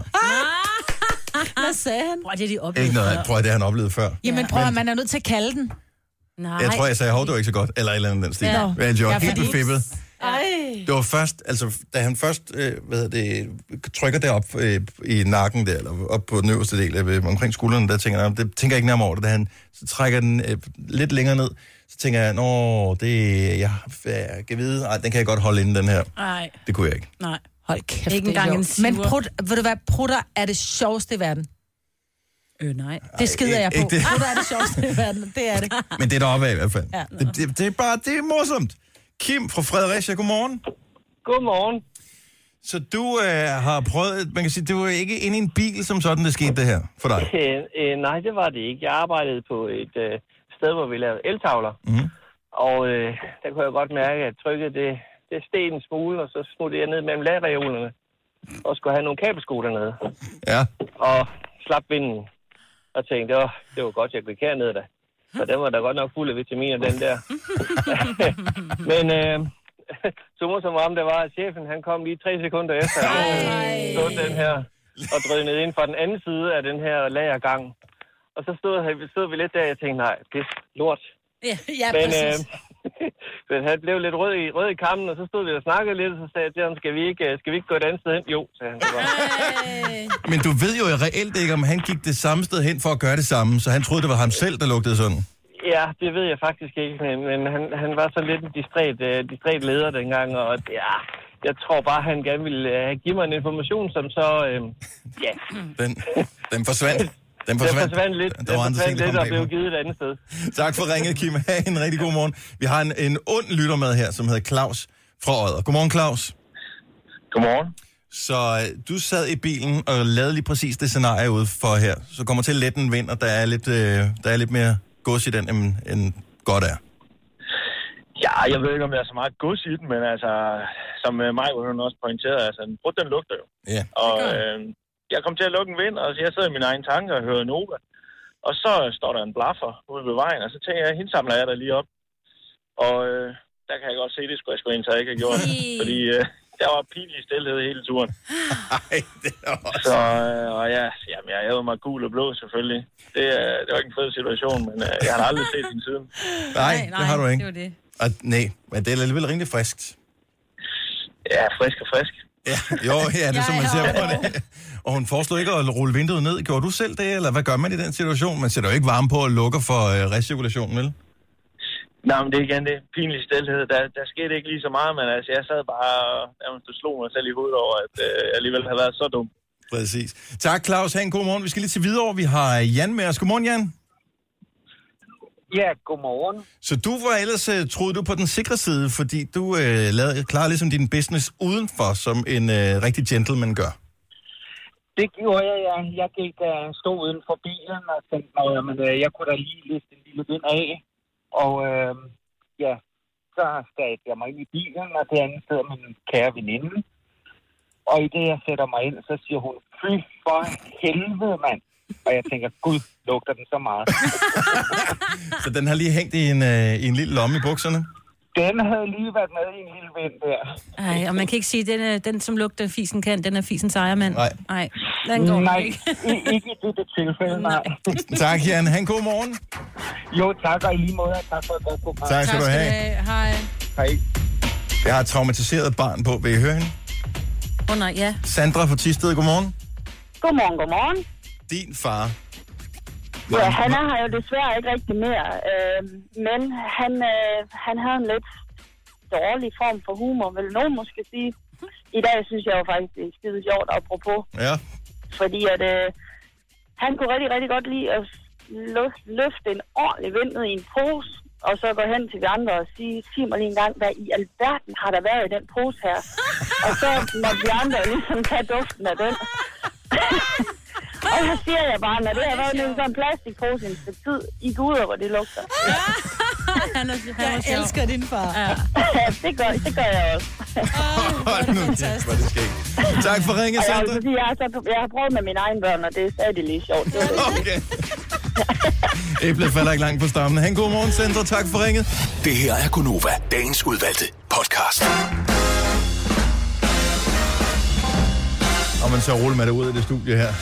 Speaker 2: Hvad sagde han?
Speaker 3: Ah. Prøv, det er de oplevelser.
Speaker 1: Ikke noget, prøv at det har han oplevet før.
Speaker 2: Jamen prøv at man er nødt til at kalde den.
Speaker 3: Nej.
Speaker 1: Jeg tror, jeg sagde, hov, det var ikke så godt, eller et eller andet i den stil.
Speaker 3: Ja.
Speaker 1: Ja. Men jeg var
Speaker 2: Ja,
Speaker 1: helt
Speaker 2: fordi-
Speaker 1: befippet.
Speaker 3: Ej.
Speaker 1: Det var først, altså da han først, øh, hvad hedder det, trykker derop øh, i nakken der, eller op på den øverste del, øh, omkring skuldrene, der tænker jeg, "Nå, det tænker jeg ikke nærmere over det, da han så trækker den øh, lidt længere ned, så tænker jeg, nå, det, jeg, jeg kan vide, ej, den kan jeg godt holde inde, den her.
Speaker 3: Nej,
Speaker 1: Det kunne jeg ikke.
Speaker 3: nej.
Speaker 2: Hold kæft,
Speaker 3: Ikke
Speaker 2: det er
Speaker 3: engang en
Speaker 2: sjovt.
Speaker 3: siver.
Speaker 2: Men prut, ved du hvad, prutter er det sjoveste i verden.
Speaker 3: Øh, nej.
Speaker 2: Det skider jeg på.
Speaker 1: ikke det.
Speaker 2: Prutter er det sjoveste i verden. Det er det.
Speaker 1: Men det er deroppe af i hvert fald. Ja. Det, det, det, er bare, det er morsomt. Kim fra Fredericia, godmorgen.
Speaker 9: Godmorgen.
Speaker 1: Så du øh, har prøvet, man kan sige, det var ikke inde i en bil som sådan, det skete det her for dig.
Speaker 10: Øh, øh, nej, det var det ikke. Jeg arbejdede på et øh, sted, hvor vi lavede eltavler.
Speaker 1: Mhm.
Speaker 10: Og øh, der kunne jeg godt mærke, at trykket det, det steg en smule, og så smuttede jeg ned mellem lagreolerne og skulle have nogle kabelsko dernede.
Speaker 1: Ja.
Speaker 10: Og slap vinden. Og tænkte, Åh, det var godt, jeg gik herned da. For den var da godt nok fuld af vitaminer, den der. Men øh, summer som om, der var, at chefen han kom lige tre sekunder efter, at jeg stod den her og drønede ind fra den anden side af den her lagergang. Og så stod, stod vi lidt der, og jeg tænkte, nej, det er lort.
Speaker 3: Ja, ja
Speaker 10: Men, øh,
Speaker 3: præcis.
Speaker 10: men han blev lidt rød i, rød i kammen, og så stod vi og snakkede lidt, og så sagde jeg til ham, skal vi ikke, øh, skal vi ikke gå et andet sted hen? Jo, sagde han. så bare.
Speaker 1: Men du ved jo reelt ikke, om han gik det samme sted hen for at gøre det samme, så han troede, det var ham selv, der lugtede sådan.
Speaker 10: Ja, det ved jeg faktisk ikke, men, men han, han var så lidt en distræt, øh, distræt leder dengang, og ja, jeg tror bare, han gerne ville øh, give mig en information, som så, øh, ja,
Speaker 1: Den, den forsvandt. Den
Speaker 10: den
Speaker 1: forsvandt,
Speaker 10: forsvandt lidt, den
Speaker 1: Der var andre ting,
Speaker 10: forsvandt
Speaker 1: der
Speaker 10: lidt
Speaker 1: kom
Speaker 10: og blev
Speaker 1: bagpå.
Speaker 10: givet et andet sted.
Speaker 1: Tak for ringet, Kim. Ha' en rigtig god morgen. Vi har en, en ond lytter med her, som hedder Claus fra Odder. Godmorgen, Claus.
Speaker 11: Godmorgen.
Speaker 1: Så øh, du sad i bilen og lavede lige præcis det scenarie ud for her. Så kommer til let en vind, og der er lidt, øh, der er lidt mere gods i den, end, end godt er.
Speaker 11: Ja, jeg ved ikke, om der er så meget gods i den, men altså, som øh, mig hun også pointerede, altså, en brud, den lugter jo.
Speaker 1: Ja.
Speaker 11: Og øh, jeg kom til at lukke en vind, og jeg sidder i mine egne tanker og hører Nova. Og så står der en blaffer ude ved vejen, og så tænker jeg, hende samler jeg da lige op. Og øh, der kan jeg godt se, det skulle jeg sgu egentlig have ikke have gjort. fordi øh, der var pinlig stillhed hele turen.
Speaker 1: Ej, det er også...
Speaker 11: Så, øh, og ja, jamen, jeg havde mig gul og blå selvfølgelig. Det, øh, det var ikke en fed situation, men øh, jeg har aldrig set hende siden.
Speaker 1: Nej, nej, det har du ikke.
Speaker 11: det var det.
Speaker 1: Og, nej, men det er alligevel rimelig friskt.
Speaker 11: Ja, frisk og frisk.
Speaker 1: Ja, jo, ja, det er som man ser på det. Og hun foreslår ikke at rulle vinduet ned. Gjorde du selv det, eller hvad gør man i den situation? Man sætter jo ikke varme på og lukker for øh, recirkulationen, vel?
Speaker 11: Nej, men det er igen det. Pinlig stilhed. Der, der skete ikke lige så meget, men altså, jeg sad bare og nærmest slog mig selv i hovedet over, at øh, jeg alligevel havde været så dum.
Speaker 1: Præcis. Tak, Claus. Ha' en god morgen. Vi skal lige til Hvidovre. Vi har Jan med os. Godmorgen, Jan.
Speaker 12: Ja, godmorgen.
Speaker 1: Så du var ellers, øh, troede du, på den sikre side, fordi du øh, lavede, klarede ligesom din business udenfor, som en øh, rigtig gentleman gør.
Speaker 12: Det gjorde jeg, ja. Jeg gik uh, stod uden for bilen og tænkte, Nå, jamen, øh, jeg kunne da lige liste en lille vind af. Og øh, ja, så satte jeg mig ind i bilen, og det andet sidder min kære veninde. Og i det, jeg sætter mig ind, så siger hun, fy for helvede, mand. Og jeg tænker, gud, lugter den så meget.
Speaker 1: Så den har lige hængt i en, øh, i en lille lomme i bukserne.
Speaker 12: Den havde lige været med i en lille vind der.
Speaker 3: Ej, og man kan ikke sige, at den, er, den som lugter fisen kan, den er fisens ejermand.
Speaker 1: Nej.
Speaker 3: Nej, den går
Speaker 12: Nej,
Speaker 3: ikke.
Speaker 12: i- ikke i dette tilfælde, nej.
Speaker 1: tak, Jan. Ha' en god morgen.
Speaker 12: Jo, tak, og i lige måde, og tak for et godt program.
Speaker 1: Tak skal Tak du skal have. du
Speaker 3: Hej.
Speaker 12: Hej.
Speaker 1: Jeg har et traumatiseret barn på. Vil I høre hende?
Speaker 3: Åh oh, nej, ja.
Speaker 1: Sandra fra Tisted. Godmorgen.
Speaker 13: Godmorgen, godmorgen.
Speaker 1: Din far.
Speaker 13: Ja, han er her jo desværre ikke rigtig mere, øh, men han, øh, han havde en lidt dårlig form for humor, vil nogen måske sige. I dag synes jeg jo faktisk, det er skide sjovt, apropos,
Speaker 1: Ja.
Speaker 13: fordi at, øh, han kunne rigtig, rigtig godt lide at løf- løfte en ordentlig vind ned i en pose, og så gå hen til de andre og sige, sig mig lige en gang, hvad i alverden har der været i den pose her? og så må de andre ligesom tage duften af den. og så siger jeg bare, når det har været en sådan plastikpose i en stykke tid, I går ud over, det lugter.
Speaker 3: Han er, han jeg elsker din far. Ja.
Speaker 13: det, gør, det gør jeg også.
Speaker 1: Hold nu kæft, hvor er det skægt. Tak for ringet,
Speaker 13: Og jeg,
Speaker 1: Sandra.
Speaker 13: vil sige, jeg, har så, jeg har prøvet med mine egne børn, og det er stadig lige sjovt. Det var det.
Speaker 1: Okay. Æblet falder ikke langt på stammen. Ha' en god morgen, Sandra. Tak for ringet.
Speaker 5: Det her er Gunova, dagens udvalgte podcast.
Speaker 1: Og man så rulle med det ud af det studie her.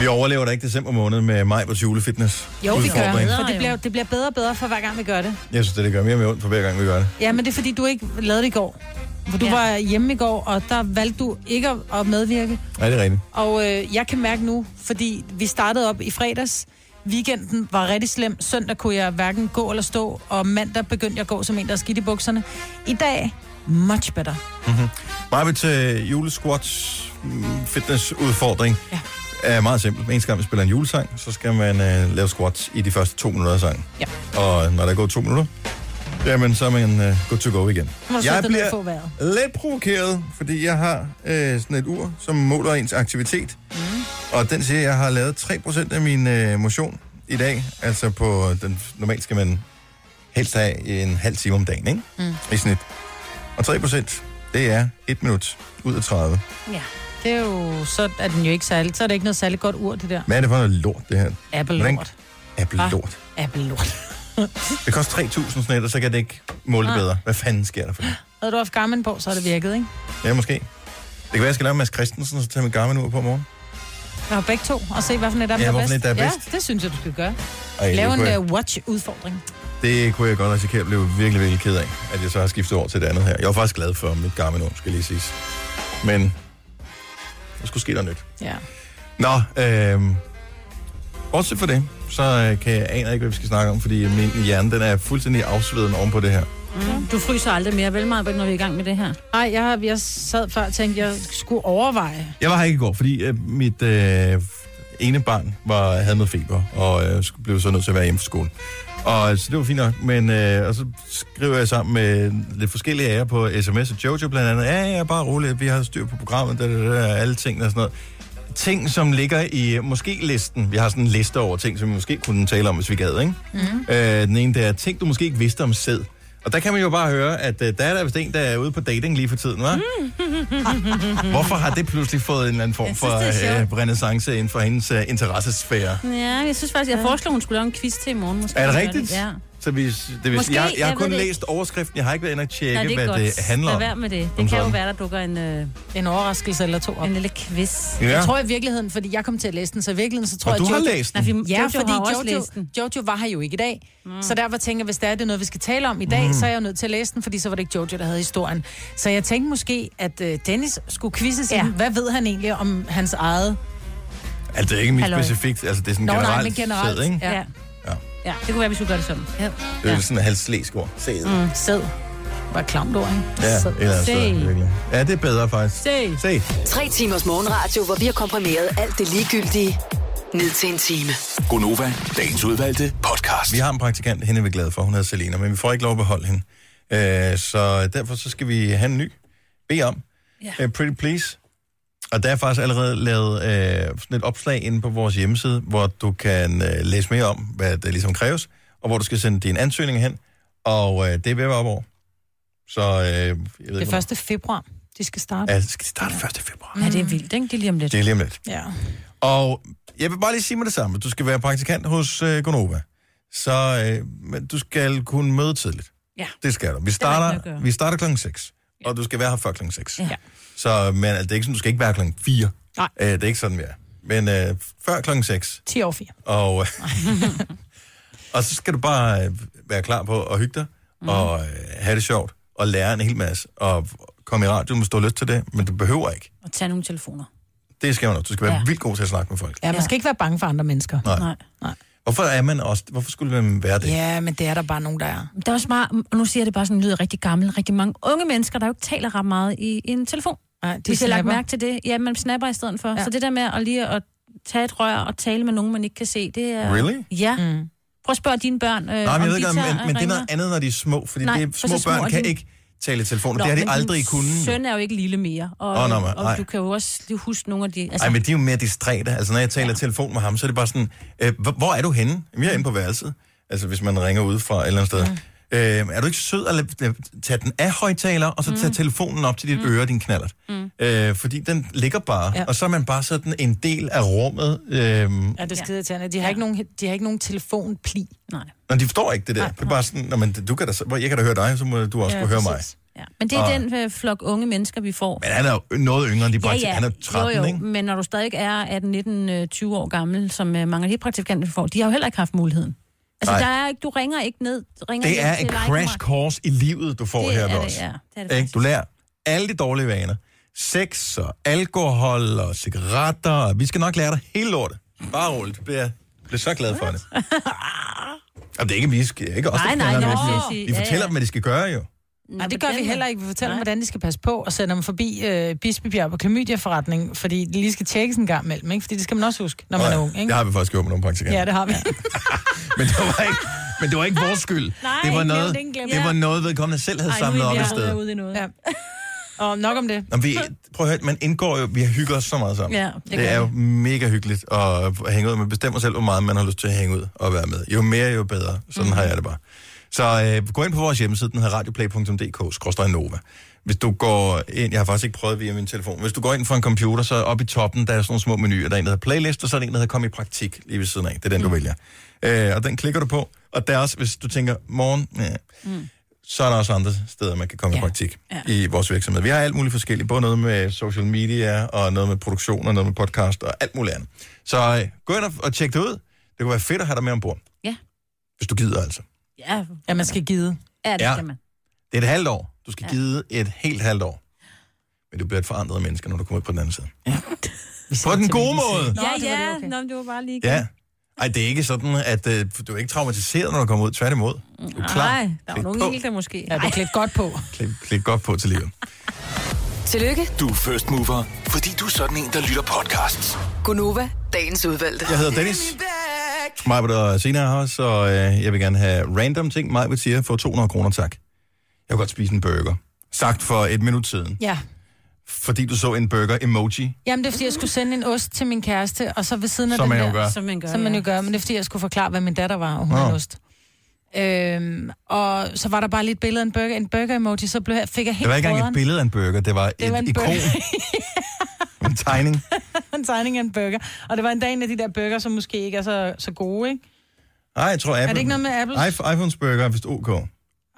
Speaker 1: Vi overlever da ikke december måned med mig vores julefitness.
Speaker 2: Jo, vi gør,
Speaker 1: udfordring.
Speaker 2: for det bliver, det bliver bedre og bedre for hver gang, vi gør det.
Speaker 1: Jeg synes, det, det gør mere og mere ondt for hver gang, vi gør det.
Speaker 2: Ja, men det er fordi, du ikke lavede det i går. For du ja. var hjemme i går, og der valgte du ikke at- at medvirke.
Speaker 1: Ja, det er rigtigt.
Speaker 2: Og øh, jeg kan mærke nu, fordi vi startede op i fredags. Weekenden var rigtig slem. Søndag kunne jeg hverken gå eller stå, og mandag begyndte jeg at gå som en, der er skidt i bukserne. I dag, much better.
Speaker 1: Mm-hmm. Bare ved til julesquats mm, fitnessudfordring ja. er meget simpelt. En gang man spiller en julesang, så skal man øh, lave squats i de første to minutter af sangen.
Speaker 2: Ja.
Speaker 1: Og når der er gået to minutter, jamen så er man øh, good to go igen.
Speaker 2: Må du
Speaker 1: Jeg
Speaker 2: sætte dig ned og få
Speaker 1: bliver
Speaker 2: vejret.
Speaker 1: lidt provokeret, fordi jeg har øh, sådan et ur, som måler ens aktivitet. Mm. Og den siger, at jeg har lavet 3% af min øh, motion i dag. Altså på den, normalt skal man helst have en halv time om dagen, ikke?
Speaker 2: Mm.
Speaker 1: i snit. Og 3 det er 1 minut ud af 30.
Speaker 2: Ja. Det er jo, så er den jo ikke særlig, så er det ikke noget særligt godt ur, det der.
Speaker 1: Hvad er det for noget lort, det her?
Speaker 2: Apple-lort.
Speaker 1: Apple-lort.
Speaker 2: Apple-lort.
Speaker 1: Det koster 3.000 sådan et, og så kan det ikke måle det
Speaker 2: Nej.
Speaker 1: bedre. Hvad fanden sker der for det?
Speaker 2: Havde du haft Garmin på, så havde det virket, ikke?
Speaker 1: Ja, måske. Det kan være, jeg skal lave Mads Christensen, og så tage mit Garmin ud på i morgen.
Speaker 2: Jeg har begge to, og se, hvad for net af dem,
Speaker 1: Ja,
Speaker 2: der,
Speaker 1: hvad
Speaker 2: er
Speaker 1: for
Speaker 2: bedst.
Speaker 1: net, der er bedst.
Speaker 2: Ja, det synes jeg, du skal gøre.
Speaker 1: Ej, det
Speaker 2: Lav en
Speaker 1: kunne jeg-
Speaker 2: øh, watch-udfordring.
Speaker 1: Det kunne jeg godt risikere at blive virkelig, virkelig ked af, at jeg så har skiftet over til det andet her. Jeg var faktisk glad for mit Garmin ur, skal lige siges. Men der skulle ske noget nyt.
Speaker 2: Ja.
Speaker 1: Nå, øh, bortset fra det, så øh, kan jeg aner ikke, hvad vi skal snakke om, fordi min hjerne, den er fuldstændig afsveden oven på det her.
Speaker 3: Mm. Du fryser aldrig mere, vel meget, når vi er i gang med det her?
Speaker 2: Nej, jeg, har- jeg sad før og tænkte, jeg skulle overveje.
Speaker 1: Jeg var her ikke i går, fordi øh, mit øh, ene barn var, havde noget feber, og øh, skulle- blev så nødt til at være hjemme fra skole. Og så det var fint nok, men øh, og så skriver jeg sammen med lidt forskellige af jer på sms og Jojo blandt andet, ja, ja, bare roligt, vi har styr på programmet, da, da, da, alle tingene og sådan noget. Ting, som ligger i øh, måske-listen. Vi har sådan en liste over ting, som vi måske kunne tale om, hvis vi gad, ikke?
Speaker 3: Mhm.
Speaker 14: Mm.
Speaker 1: Øh, den ene, der er ting, du måske ikke vidste om sæd. Og der kan man jo bare høre, at øh, der er der vist en, der er ude på dating lige for tiden, hva'? Hvorfor har det pludselig fået en eller anden form
Speaker 3: Mhm. Jeg
Speaker 1: for
Speaker 3: synes, det er
Speaker 1: øh, renaissance inden for hendes øh, interessesfære?
Speaker 3: Ja, jeg synes faktisk, jeg foreslår, hun skulle lave en quiz til i morgen. Måske
Speaker 1: Er det
Speaker 3: hun gør
Speaker 1: rigtigt?
Speaker 3: Ja.
Speaker 1: Så hvis, det vil,
Speaker 3: Måske,
Speaker 1: jeg, jeg har
Speaker 3: jeg
Speaker 1: kun
Speaker 3: ved det
Speaker 1: læst overskriften, jeg har ikke været inde og tjekke,
Speaker 3: Nej,
Speaker 1: Nej,
Speaker 3: det
Speaker 1: hvad
Speaker 3: er godt.
Speaker 1: det handler
Speaker 3: Lad
Speaker 1: om.
Speaker 3: være med det.
Speaker 1: Som
Speaker 3: Det kan jo
Speaker 1: sådan.
Speaker 3: være, der dukker en... Øh...
Speaker 2: En overraskelse eller to op.
Speaker 3: En lille quiz.
Speaker 1: Ja.
Speaker 2: Ja. Jeg tror i virkeligheden, fordi jeg kom til at læse den, så i virkeligheden, så tror
Speaker 1: Og
Speaker 2: jeg...
Speaker 1: du har
Speaker 2: Jojo-
Speaker 1: læst den.
Speaker 2: Nej,
Speaker 3: Jojo
Speaker 2: fordi, ja,
Speaker 3: har
Speaker 2: fordi
Speaker 3: også
Speaker 2: Jojo,
Speaker 3: læst den.
Speaker 2: Jojo var her jo ikke i dag. Mm. Så derfor tænker jeg, hvis der er det noget, vi skal tale om i dag,
Speaker 3: Mm.
Speaker 2: mm. så er jeg jo nødt til at læse den, fordi så var det ikke Jojo, der havde historien. Så jeg tænkte måske, at øh, Dennis skulle quizze sig. Ja. Hvad ved han egentlig om hans eget...
Speaker 1: Altså, det er ikke mit
Speaker 2: Halløj.
Speaker 1: specifikt, altså det er sådan
Speaker 2: Nå, nej,
Speaker 1: generelt,
Speaker 2: men generelt,
Speaker 1: sæd, ikke?
Speaker 2: ja.
Speaker 1: Ja.
Speaker 3: ja. det kunne være, vi skulle gøre det sådan. Ja.
Speaker 1: Det er jo sådan et halvslæsk ord. Sæd.
Speaker 2: Mm. Sæd. Var et klamt ord, ikke?
Speaker 1: Ja,
Speaker 2: Sæd.
Speaker 1: eller
Speaker 2: Sæd.
Speaker 1: sæd, virkelig. Ja, det er bedre faktisk.
Speaker 3: Se.
Speaker 1: Se.
Speaker 4: Tre timers morgenradio, hvor vi har komprimeret alt det ligegyldige ned til en time.
Speaker 1: Gonova, dagens udvalgte podcast. Vi har en praktikant, hende er vi glade for, hun hedder Selina, men vi får ikke lov at beholde hende. Øh, så derfor så skal vi have en ny. Be om. Yeah. Pretty Please. Og der er faktisk allerede lavet øh, sådan et opslag inde på vores hjemmeside, hvor du kan øh, læse mere om, hvad der ligesom kræves, og hvor du skal sende din ansøgning hen. Og øh, det er ved at være op over. Så øh, jeg ved
Speaker 2: Det
Speaker 1: ikke,
Speaker 2: er 1. februar, de skal starte.
Speaker 1: Ja, skal de starte 1. februar?
Speaker 3: Ja, det er vildt, ikke? Det er lige om lidt.
Speaker 1: Det er lige om lidt.
Speaker 2: Ja.
Speaker 1: Og jeg vil bare lige sige mig det samme. Du skal være praktikant hos øh, Gonova. Så øh, men du skal kunne møde tidligt.
Speaker 3: Ja.
Speaker 1: Det skal du. Vi
Speaker 3: Det er der ikke noget at
Speaker 1: starter,
Speaker 3: gøre.
Speaker 1: vi starter klokken 6. Og du skal være her før klokken 6.
Speaker 3: Ja.
Speaker 1: Så men, altså, det er ikke sådan, du skal ikke være klokken 4.
Speaker 2: Nej.
Speaker 1: Øh, det er ikke sådan, vi er. Men øh, før klokken 6.
Speaker 2: 10 år 4.
Speaker 1: Og, øh, og så skal du bare øh, være klar på at hygge dig,
Speaker 3: Mhm.
Speaker 1: mm. og øh, have det sjovt, og lære en hel masse. Og komme i radioen, hvis du har lyst til det, men du behøver ikke.
Speaker 3: Og tage nogle telefoner.
Speaker 1: Det skal man nok. Du skal være
Speaker 2: Ja.
Speaker 1: vildt god til at snakke med folk.
Speaker 2: Ja, man skal ikke være bange for andre mennesker.
Speaker 1: Nej.
Speaker 3: Nej.
Speaker 1: Hvorfor er man også... Hvorfor skulle man være det?
Speaker 2: Ja, men det er der bare nogen, der er.
Speaker 3: Der er også meget, og nu siger jeg det bare sådan, lyder rigtig gammel, rigtig mange unge mennesker, der jo ikke taler ret meget i, i en telefon.
Speaker 2: Nej,
Speaker 3: Hvis jeg har lagt mærke til det, ja, man snapper i stedet for. Ja. Så det der med at lige at tage et rør og tale med nogen, man ikke kan se, det er...
Speaker 1: Really?
Speaker 3: Ja. Mm. Prøv at spørge dine børn, øh,
Speaker 1: Øh, Nej, men,
Speaker 3: om
Speaker 1: jeg
Speaker 3: de
Speaker 1: ved ikke, om,
Speaker 3: tager
Speaker 1: men, men det er
Speaker 3: ringer.
Speaker 1: noget andet, når de er små, fordi
Speaker 3: Nej,
Speaker 1: Nej, det,
Speaker 3: for så
Speaker 1: små
Speaker 3: små
Speaker 1: børn
Speaker 3: er
Speaker 1: kan
Speaker 3: de-
Speaker 1: ikke tale i telefon,
Speaker 3: Nå,
Speaker 1: det har
Speaker 3: men
Speaker 1: de
Speaker 3: din
Speaker 1: aldrig kunnet.
Speaker 3: søn er jo ikke lille mere, og,
Speaker 1: Åh, nå, men- nej.
Speaker 3: og du kan jo også lige huske nogle af de...
Speaker 1: Altså... Ej, men de er jo mere distræte. Altså, når jeg taler ja. telefon med ham, så er det bare sådan, øh, hvor, hvor er du henne? Jamen, jeg er inde på værelset. Altså, hvis man ringer ud fra et eller andet sted. Mm. Øh, er du ikke sød at lade- tage den af højtaler, og så tage telefonen op til dit mm. øre, din knallert? Mm. Øh, fordi den ligger bare, ja. og så er man bare sådan en del af rummet. Øh,
Speaker 2: Ja, det er skide irriterende. De har, ikke nogen, de har ikke nogen telefonpli. Nej.
Speaker 1: og de forstår ikke det der. Det er bare sådan, "Nå, men du kan da, så- jeg kan da høre dig, så må du også
Speaker 3: Ja,
Speaker 1: ja, kunne høre mig.
Speaker 3: præcis. Ja. Men det er
Speaker 1: Og-
Speaker 3: den øh, flok unge mennesker, vi får.
Speaker 1: Men han er jo noget yngre end de praktikanter. altså, Han er 13,
Speaker 3: jo, jo.
Speaker 1: ikke?
Speaker 3: Men når du stadig er 18, 19, øh, 20 år gammel, som øh, mange af de praktikanter vi får, de har jo heller ikke haft muligheden. Altså,
Speaker 1: Nej.
Speaker 3: der er ikke, du ringer ikke ned. Ringer
Speaker 1: Det
Speaker 3: hjem
Speaker 1: er
Speaker 3: til
Speaker 1: en
Speaker 3: legekammerat.
Speaker 1: crash course i livet, du får
Speaker 3: Det
Speaker 1: her
Speaker 3: er
Speaker 1: ved
Speaker 3: det,
Speaker 1: os.
Speaker 3: ja. Det er det
Speaker 1: Ikke?
Speaker 3: faktisk.
Speaker 1: Du lærer alle de dårlige vaner. Sex og alkohol og cigaretter. og Vi skal nok lære dig hele lortet. Bare roligt. Jeg bliver, bliver så glad for det. Jamen, det er ikke, vi skal, det er ikke os, der
Speaker 2: Nej, nej,
Speaker 1: fortæller
Speaker 2: nå.
Speaker 1: dem, hvad de
Speaker 2: Ja,
Speaker 1: skal-
Speaker 2: ja.
Speaker 1: Vi fortæller dem, hvad de skal gøre jo.
Speaker 2: Nej, det gør vi heller ikke. Vi fortæller dem, hvordan de skal passe på, og sender dem forbi øh, Bispebjerg på klamydia-forretning, fordi de lige skal tjekkes en gang imellem, ikke? Fordi det skal man også huske, når man
Speaker 1: Nej,
Speaker 2: er ung, ikke?
Speaker 1: Det har vi faktisk gjort med nogle praktikanter.
Speaker 2: Ja, det har vi.
Speaker 1: Men det var ikke, men det var ikke vores skyld.
Speaker 2: Nej,
Speaker 1: det var
Speaker 2: ikke
Speaker 1: noget,
Speaker 2: nævnt, ingen glemt.
Speaker 1: det var
Speaker 2: Ja.
Speaker 1: noget vedkommende selv havde samlet op et sted.
Speaker 2: i noget. Ja. Og nok om det.
Speaker 1: Nå, vi, prøv at høre, man indgår jo, vi har hygget os så meget sammen.
Speaker 2: Ja, det
Speaker 1: det,
Speaker 2: gør
Speaker 1: det er jo
Speaker 2: vi.
Speaker 1: mega hyggeligt at hænge ud. Man bestemmer selv, hvor meget man har lyst til at hænge ud og være med. Jo mere, jo bedre. Sådan
Speaker 2: Mhm.
Speaker 1: mm. har jeg det bare. Så øh, gå ind på vores hjemmeside, den hedder radioplay.dk, Nova. Hvis du går ind, jeg har faktisk ikke prøvet via min telefon, hvis du går ind fra en computer, så op i toppen, der er sådan nogle
Speaker 2: Mm.
Speaker 1: små menuer, der er en, der hedder playlist, og så er der en, der hedder kom i praktik lige ved siden af. Det er den, du vælger. Øh, og den klikker du på, Og deres, hvis du tænker, morgen, ja,
Speaker 14: Mm.
Speaker 1: så er der også andre steder, man kan komme ja. i praktik ja. i vores virksomhed. Vi har alt muligt forskelligt, både noget med social media, og noget med produktion, og noget med podcast, og alt muligt andet. Så øh, gå ind og, og tjek det ud. Det kunne være fedt at have dig med ombord.
Speaker 3: Ja.
Speaker 1: Hvis du gider altså.
Speaker 3: Ja,
Speaker 2: ja man skal gide.
Speaker 3: Ja, det
Speaker 1: Ja.
Speaker 3: ja. skal man.
Speaker 1: Det er et halvt år. Du skal
Speaker 3: Ja.
Speaker 1: ja. give et helt halvt år. Men du bliver et forandret menneske, når du kommer ud på den anden side. Ja. på den gode måde.
Speaker 3: Ja, ja. Nå, men det var bare lige...
Speaker 1: Ja. Ej, det er ikke sådan, at øh, du er ikke traumatiseret, når du kommer ud. Tværtimod. Du er klar.
Speaker 3: Nej, der var
Speaker 1: Klik
Speaker 3: nogle
Speaker 1: på.
Speaker 3: enkelte måske.
Speaker 2: Ja, du klædte godt på.
Speaker 1: Klik, klik godt på til livet.
Speaker 4: Tillykke,
Speaker 5: Du er first mover, fordi du er sådan en, der lytter podcasts.
Speaker 4: Gunova, dagens udvalgte.
Speaker 1: Jeg hedder Dennis. Mig vil der senere her, så øh, jeg vil gerne have random ting. Mig vil sige, for 200 kroner, tak. Jeg vil godt spise en burger. Sagt for et minut siden.
Speaker 2: Ja.
Speaker 1: Fordi du så en burger-emoji.
Speaker 2: Jamen, det er fordi, jeg skulle sende en ost til min kæreste, og så ved siden af
Speaker 1: Som
Speaker 2: den
Speaker 1: man jo
Speaker 2: der...
Speaker 1: gør.
Speaker 2: Som man gør. Som man jo gør, men det er fordi, jeg skulle forklare, hvad min datter var, og hun
Speaker 1: Nå.
Speaker 2: oh. en ost. Øhm, og så var der bare lige et billede af en burger, en burger-emoji, så blev jeg, fik jeg helt
Speaker 1: Det var ikke engang et
Speaker 2: brødren.
Speaker 1: billede af en burger, det var
Speaker 2: Det
Speaker 1: et
Speaker 2: var en
Speaker 1: ikon,
Speaker 2: burger.
Speaker 1: en tegning.
Speaker 2: en tegning af en burger. Og det var en dag en af de der burger, som måske ikke er så, så gode, ikke?
Speaker 1: Nej, jeg tror Apple...
Speaker 2: Er det ikke noget med Apples?
Speaker 1: I- iPhones burger er vist OK.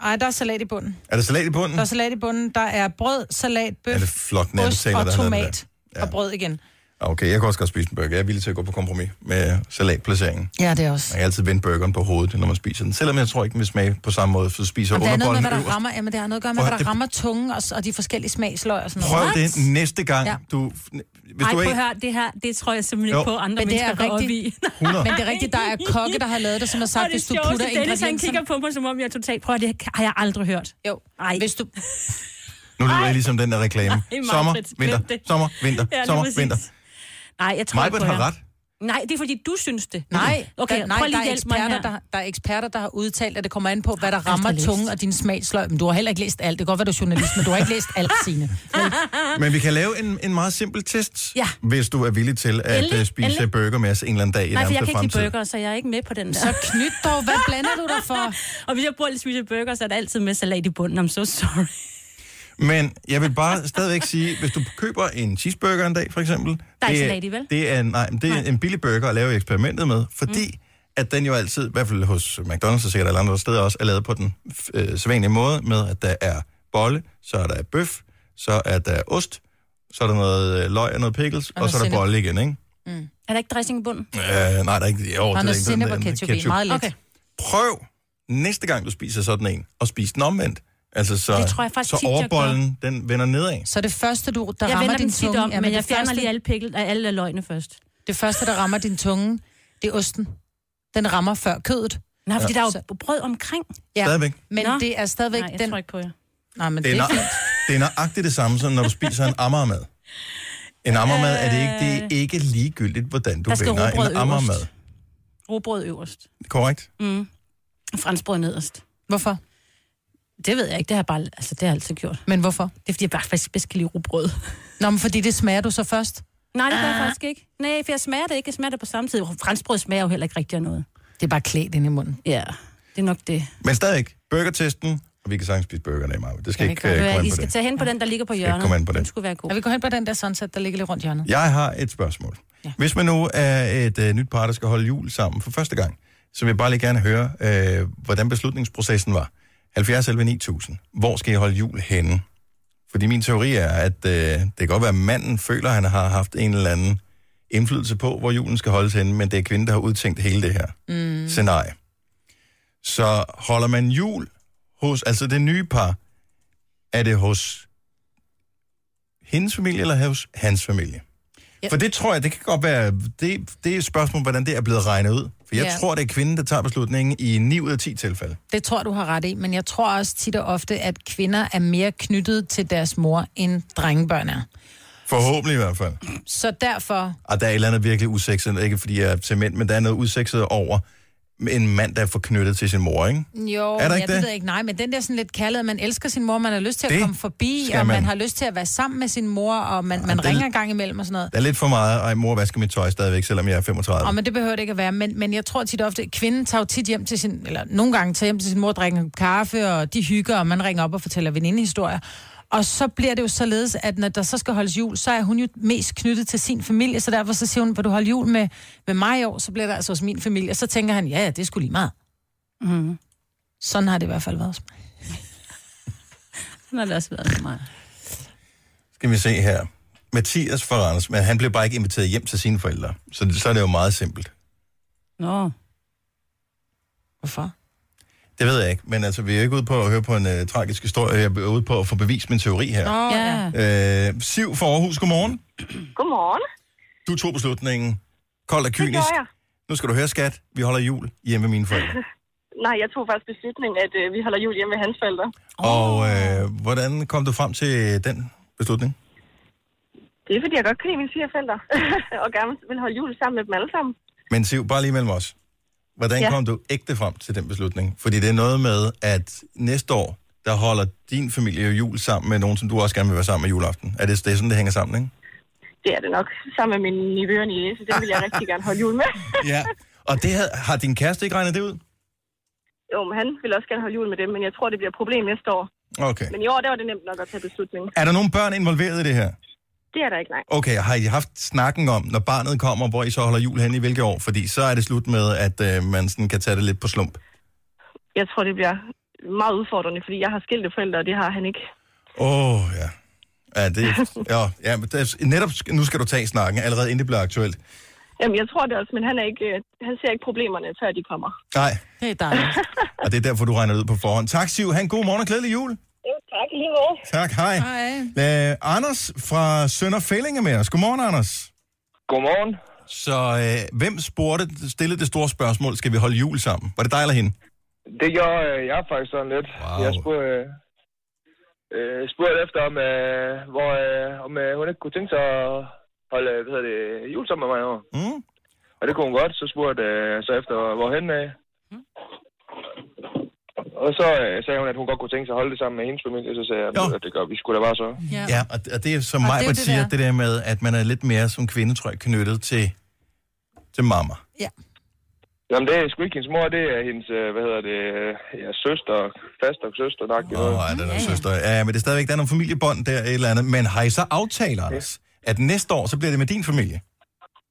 Speaker 2: Ej, der er salat i bunden.
Speaker 1: Er der salat i bunden?
Speaker 2: Der er salat i bunden. Der er brød, salat, bøf,
Speaker 1: Er det flot
Speaker 2: ost
Speaker 1: nattetaler,
Speaker 2: og
Speaker 1: der havde den der?
Speaker 2: tomat. Ja. Og brød igen.
Speaker 1: Ah, Okay, jeg kan også godt spise en burger. Jeg er villig til at gå på kompromis med salatplaceringen.
Speaker 2: Ja, det er også.
Speaker 1: Man kan altid vende burgeren på hovedet, når man spiser den. Selvom jeg tror ikke, den vil smage på samme måde, for du spiser
Speaker 2: Og der er noget med,
Speaker 1: underbollen
Speaker 2: hvad der
Speaker 1: øverst.
Speaker 2: rammer, jamen, det har noget at gøre med,
Speaker 1: Prøv at-
Speaker 2: hvad
Speaker 1: det-
Speaker 2: der rammer tungen og, s- og de forskellige smagsløg og sådan noget.
Speaker 1: Prøv det næste gang,
Speaker 2: Ja.
Speaker 1: du... Hvis
Speaker 3: Ej,
Speaker 1: du
Speaker 3: prøv
Speaker 1: er
Speaker 3: at høre, det her, det tror jeg simpelthen
Speaker 1: Jo.
Speaker 3: ikke på, andre
Speaker 2: Men det er
Speaker 3: mennesker går op i.
Speaker 2: rigtigt.
Speaker 1: 100.
Speaker 2: Men det er rigtigt, der er kokke, der har lavet det, som har sagt,
Speaker 3: Og det
Speaker 2: hvis du
Speaker 3: sjoveste,
Speaker 2: putter
Speaker 3: Dennis, han kigger
Speaker 2: ingredienserne...
Speaker 3: på mig, som om jeg er totalt... Prøv at høre, det har jeg aldrig hørt.
Speaker 2: Jo,
Speaker 3: Ej.
Speaker 2: hvis du...
Speaker 1: Nu lyder jeg ligesom den der reklame.
Speaker 3: Ej, Maj-Brit,
Speaker 1: Sommer,
Speaker 3: glem
Speaker 1: vinter,
Speaker 3: det.
Speaker 1: sommer, vinter,
Speaker 3: Ja, lige
Speaker 1: sommer,
Speaker 3: præcis.
Speaker 1: vinter.
Speaker 3: Nej, jeg tror ikke
Speaker 1: Majbert
Speaker 3: på
Speaker 1: har
Speaker 3: jer.
Speaker 1: ret.
Speaker 3: Nej, det er fordi, du synes det.
Speaker 2: Nej,
Speaker 3: okay,
Speaker 2: der, nej
Speaker 3: prøv lige
Speaker 2: der, er
Speaker 3: hjælp mig
Speaker 2: eksperter,
Speaker 3: her.
Speaker 2: der, der er eksperter, der har udtalt, at det kommer an på, hvad der rammer
Speaker 3: læst.
Speaker 2: tungen og din smagsløg. Men du har heller ikke læst alt. Det kan godt være, du er journalist, men du har ikke læst alt, Signe.
Speaker 1: Men vi kan lave en, en meget simpel test,
Speaker 3: Ja.
Speaker 1: hvis du er villig til at
Speaker 3: Endelig,
Speaker 1: øh, spise
Speaker 3: endelig.
Speaker 1: burger med os en eller anden dag i
Speaker 3: Nej, for jeg kan
Speaker 1: nærmeste
Speaker 3: ikke lide
Speaker 1: fremtid.
Speaker 3: burger, så jeg er ikke med på den der.
Speaker 2: Så knyt dog, hvad blander du dig for?
Speaker 3: og hvis jeg bruger lidt spiser burger, så er det altid med salat i bunden. I'm so sorry.
Speaker 1: Men jeg vil bare stadigvæk sige, hvis du køber en cheeseburger en dag, for eksempel...
Speaker 3: Der er
Speaker 1: det
Speaker 3: ikke salat i, vel?
Speaker 1: Det er, en- nej, men det er
Speaker 3: Nej.
Speaker 1: en billig burger at lave eksperimentet med, fordi mm. at den jo altid, i hvert fald hos McDonald's og sikkert alle andre steder også, er lavet på den øh, sædvanlige måde, med at der er bolle, så er der bøf, så er der ost, så er der noget øh, løg og noget pickles, og,
Speaker 3: noget
Speaker 1: så er der
Speaker 3: sennep.
Speaker 1: bolle igen, ikke?
Speaker 3: Mm. Er der ikke dressing i bunden?
Speaker 1: Øh, nej, der er ikke... Jo,
Speaker 3: Og
Speaker 1: det er
Speaker 3: noget
Speaker 1: ikke
Speaker 3: sennep
Speaker 1: den-
Speaker 3: og
Speaker 1: den-
Speaker 3: ketchup i. Meget lidt. Okay.
Speaker 1: Prøv næste gang, du spiser sådan en, og spis den omvendt. Altså, så,
Speaker 2: Det tror jeg faktisk
Speaker 1: så
Speaker 2: tit, jeg
Speaker 1: overbollen, den vender nedad.
Speaker 2: Så det første, du, der
Speaker 3: jeg
Speaker 2: rammer
Speaker 3: vender
Speaker 2: din
Speaker 3: den tit
Speaker 2: tunge...
Speaker 3: om,
Speaker 2: ja,
Speaker 3: men jeg
Speaker 2: det
Speaker 3: fjerner
Speaker 2: første-
Speaker 3: lige alle, pikkel, alle løgne først.
Speaker 2: Det første, der rammer din tunge, det er osten. Den rammer før kødet.
Speaker 3: Nej, fordi
Speaker 2: Ja.
Speaker 3: der er jo
Speaker 2: Så-
Speaker 3: brød omkring.
Speaker 2: Ja,
Speaker 1: Stadigvæk.
Speaker 2: men
Speaker 3: Nå.
Speaker 2: det er stadigvæk
Speaker 3: Nej, jeg
Speaker 2: den...
Speaker 3: tror ikke på jer.
Speaker 2: Nej, men
Speaker 1: Det er,
Speaker 2: det er
Speaker 1: nøj- det er nøjagtigt det samme, som når du spiser en ammermad. En ammermad er det ikke, det er ikke ligegyldigt, hvordan du
Speaker 3: Øh. Der skal
Speaker 1: vender
Speaker 3: rugbrød
Speaker 1: en ammermad.
Speaker 3: øverst. Robrød øverst.
Speaker 1: Korrekt?
Speaker 3: Mm. Franskbrød nederst.
Speaker 2: Hvorfor?
Speaker 3: Det ved jeg ikke, det har jeg, bare, altså, det har jeg altid gjort.
Speaker 2: Men hvorfor?
Speaker 3: Det er fordi, jeg bare faktisk bedst kan lide robrød. Ah.
Speaker 2: Nå, men fordi det smager du så først.
Speaker 3: Nej, det gør jeg faktisk ikke. Nej, for jeg smager det ikke. Jeg smager det på samme tid. Franskbrød smager jo heller ikke rigtig af noget.
Speaker 2: Det er bare klædt ind i munden.
Speaker 3: Ja, det er nok det.
Speaker 1: Men stadigvæk, burgertesten, og vi kan sagtens spise burgerne i meget. Det skal
Speaker 3: Kan vi
Speaker 1: ikke
Speaker 3: godt
Speaker 1: øh,
Speaker 3: høre,
Speaker 1: komme
Speaker 3: I
Speaker 1: ind på
Speaker 3: skal
Speaker 1: det.
Speaker 3: tage hen på den, der ligger på
Speaker 1: ikke
Speaker 3: hjørnet.
Speaker 1: komme ind på den.
Speaker 3: Den skulle være god.
Speaker 2: Ja, vi går hen på den der sunset, der ligger lidt rundt hjørnet.
Speaker 1: Jeg har et spørgsmål. Ja. Hvis man nu er et øh, nyt par, der skal holde jul sammen for første gang, så vil jeg bare lige gerne høre, øh, hvordan beslutningsprocessen var. 70 11 9000. Hvor skal I holde jul henne? Fordi min teori er, at øh, det kan godt være, at manden føler, at han har haft en eller anden indflydelse på, hvor julen skal holdes henne, men det er kvinden, der har udtænkt hele det her mm. scenarie. Så holder man jul hos, altså det nye par, er det hos hendes familie eller hos hans familie?
Speaker 2: Ja.
Speaker 1: For det tror jeg, det kan godt være, det, det er et spørgsmål, hvordan det er blevet regnet ud. For jeg
Speaker 2: Ja.
Speaker 1: tror, det er kvinden, der tager beslutningen i 9 ud af 10 tilfælde.
Speaker 2: Det tror du har ret i, men jeg tror også tit og ofte, at kvinder er mere knyttet til deres mor, end drengebørn er.
Speaker 1: Forhåbentlig i hvert fald.
Speaker 2: Så derfor,
Speaker 1: Og der er et eller andet virkelig usekset, ikke fordi jeg er til mænd, men der er noget usekset over en mand, der er forknyttet til sin mor, ikke?
Speaker 2: jo,
Speaker 1: Er der
Speaker 2: ja,
Speaker 1: ikke
Speaker 2: det
Speaker 1: det?
Speaker 2: ved jeg ikke, nej, men den der sådan lidt kærlighed, man elsker sin mor, man har lyst til at
Speaker 1: Det
Speaker 2: komme forbi,
Speaker 1: skal
Speaker 2: og man
Speaker 1: man.
Speaker 2: har lyst til at være sammen med sin mor, og man, man
Speaker 1: det-
Speaker 2: ringer en gang imellem og sådan noget.
Speaker 1: Der er lidt for meget, ej mor, vasker mit tøj stadigvæk, selvom jeg er 35.
Speaker 2: Og men det behøver det ikke at være, men, men jeg tror tit ofte, at kvinden tager jo tit hjem til sin, eller nogle gange tager hjem til sin mor, drikker en kaffe, og de hygger, og man ringer op og fortæller venindehistorier. Og så bliver det jo således, at når der så skal holdes jul, så er hun jo mest knyttet til sin familie, så derfor så siger hun, vil du holde jul med, med mig i år, så bliver der altså hos min familie. Og så tænker han, ja, ja, det er sgu lige meget.
Speaker 1: Mm-hmm.
Speaker 2: Mm. Sådan har det i hvert fald været hos mig.
Speaker 3: Sådan har det også været for mig.
Speaker 1: Skal vi se her. Mathias fra Randers, men han blev bare ikke inviteret hjem til sine forældre. Så, så er det jo meget simpelt.
Speaker 3: Nå.
Speaker 2: Hvorfor?
Speaker 1: Det ved jeg ikke, men altså, vi er jo ikke ude på at høre på en øh, tragisk historie. Jeg er ude på at få bevist min teori her.
Speaker 14: Nå, ja.
Speaker 1: Øh, Siv fra Aarhus, godmorgen.
Speaker 14: Godmorgen.
Speaker 1: Du tog beslutningen. Kold og
Speaker 14: Det
Speaker 1: kynisk.
Speaker 14: gjorde jeg.
Speaker 1: Nu skal du høre, skat. Vi holder jul hjemme med mine forældre.
Speaker 14: Nej, jeg tog faktisk beslutningen, at øh, vi holder jul hjemme med hans forældre.
Speaker 1: Og øh, hvordan kom du frem til den beslutning?
Speaker 14: Det er, fordi jeg godt kan lide mine fire forældre, og gerne vil holde jul sammen med dem alle sammen.
Speaker 1: Men Siv, bare lige mellem os. Hvordan
Speaker 14: Ja.
Speaker 1: ja. kom du ægte frem til den beslutning? Fordi det er noget med, at næste år, der holder din familie jo jul sammen med nogen, som du også gerne vil være sammen med juleaften. Er det, det er sådan, det hænger sammen, ikke?
Speaker 14: Det er det nok, sammen med min nevø og niece. Det vil jeg rigtig gerne holde jul med.
Speaker 1: Ja. Og det havde, har din kæreste ikke regnet det ud?
Speaker 14: jo, men han vil også gerne holde jul med dem, men jeg tror, det bliver et problem næste år.
Speaker 1: Okay.
Speaker 14: Men i år, der var det nemt nok at tage beslutningen.
Speaker 1: Er der nogen børn involveret i det her?
Speaker 14: Det er der ikke, nej.
Speaker 1: Okay, har I haft snakken om, når barnet kommer, hvor I så holder jul hen i hvilke år? Fordi så er det slut med, at øh, man sådan kan tage det lidt på slump.
Speaker 14: Jeg tror, det bliver meget udfordrende, fordi jeg har skilte forældre, og det har han ikke.
Speaker 1: Åh, oh, ja. Ja, det, ja, ja, men det, er- netop sk- nu skal du tage snakken, allerede inden det bliver aktuelt.
Speaker 14: Jamen, jeg tror det også, men han, er ikke, øh, han ser ikke problemerne, før de kommer.
Speaker 1: Nej,
Speaker 2: Det er dejligt.
Speaker 1: og det er derfor, du regner det ud på forhånd. Tak, Siv. Ha' en god morgen og glædelig jul.
Speaker 14: Jo, tak lige måde.
Speaker 1: Tak, hej. hej. Øh, Anders fra Sønderfælling er med os. Godmorgen, Anders.
Speaker 10: Godmorgen.
Speaker 1: Så øh, hvem spurgte, stillede det store spørgsmål, skal vi holde jul sammen? Var det dig eller hende?
Speaker 10: Det gjorde øh, jeg faktisk sådan lidt. Wow. Jeg spurgte, øh, øh, spurgte efter, om, øh, hvor, øh, om øh, hun ikke kunne tænke sig at holde øh, hvad hedder det, jul sammen med mig. Over.
Speaker 1: Mm.
Speaker 10: Og det kunne hun godt. Så spurgte øh, så efter, hvorhen af. Og så øh, sagde hun, at hun godt kunne tænke sig at holde det sammen med hendes familie. Så sagde jeg, at det gør vi skulle da bare så.
Speaker 1: Ja, ja og, og det er som
Speaker 10: Og
Speaker 1: mig,
Speaker 10: det er
Speaker 1: det
Speaker 10: det
Speaker 1: siger,
Speaker 10: der.
Speaker 1: det der med, at man er lidt mere som kvinde, tror jeg, knyttet til, til mamma.
Speaker 10: Jamen, det er sgu ikke hendes mor, det er hendes, øh, hvad hedder det, øh, ja, søster, faster søster, der er
Speaker 1: Åh, oh, er der noget søster? Ja, men det er stadigvæk, der er nogle familiebånd der et eller andet. Men har I så aftalt, Anders, at næste år, så bliver det med din familie?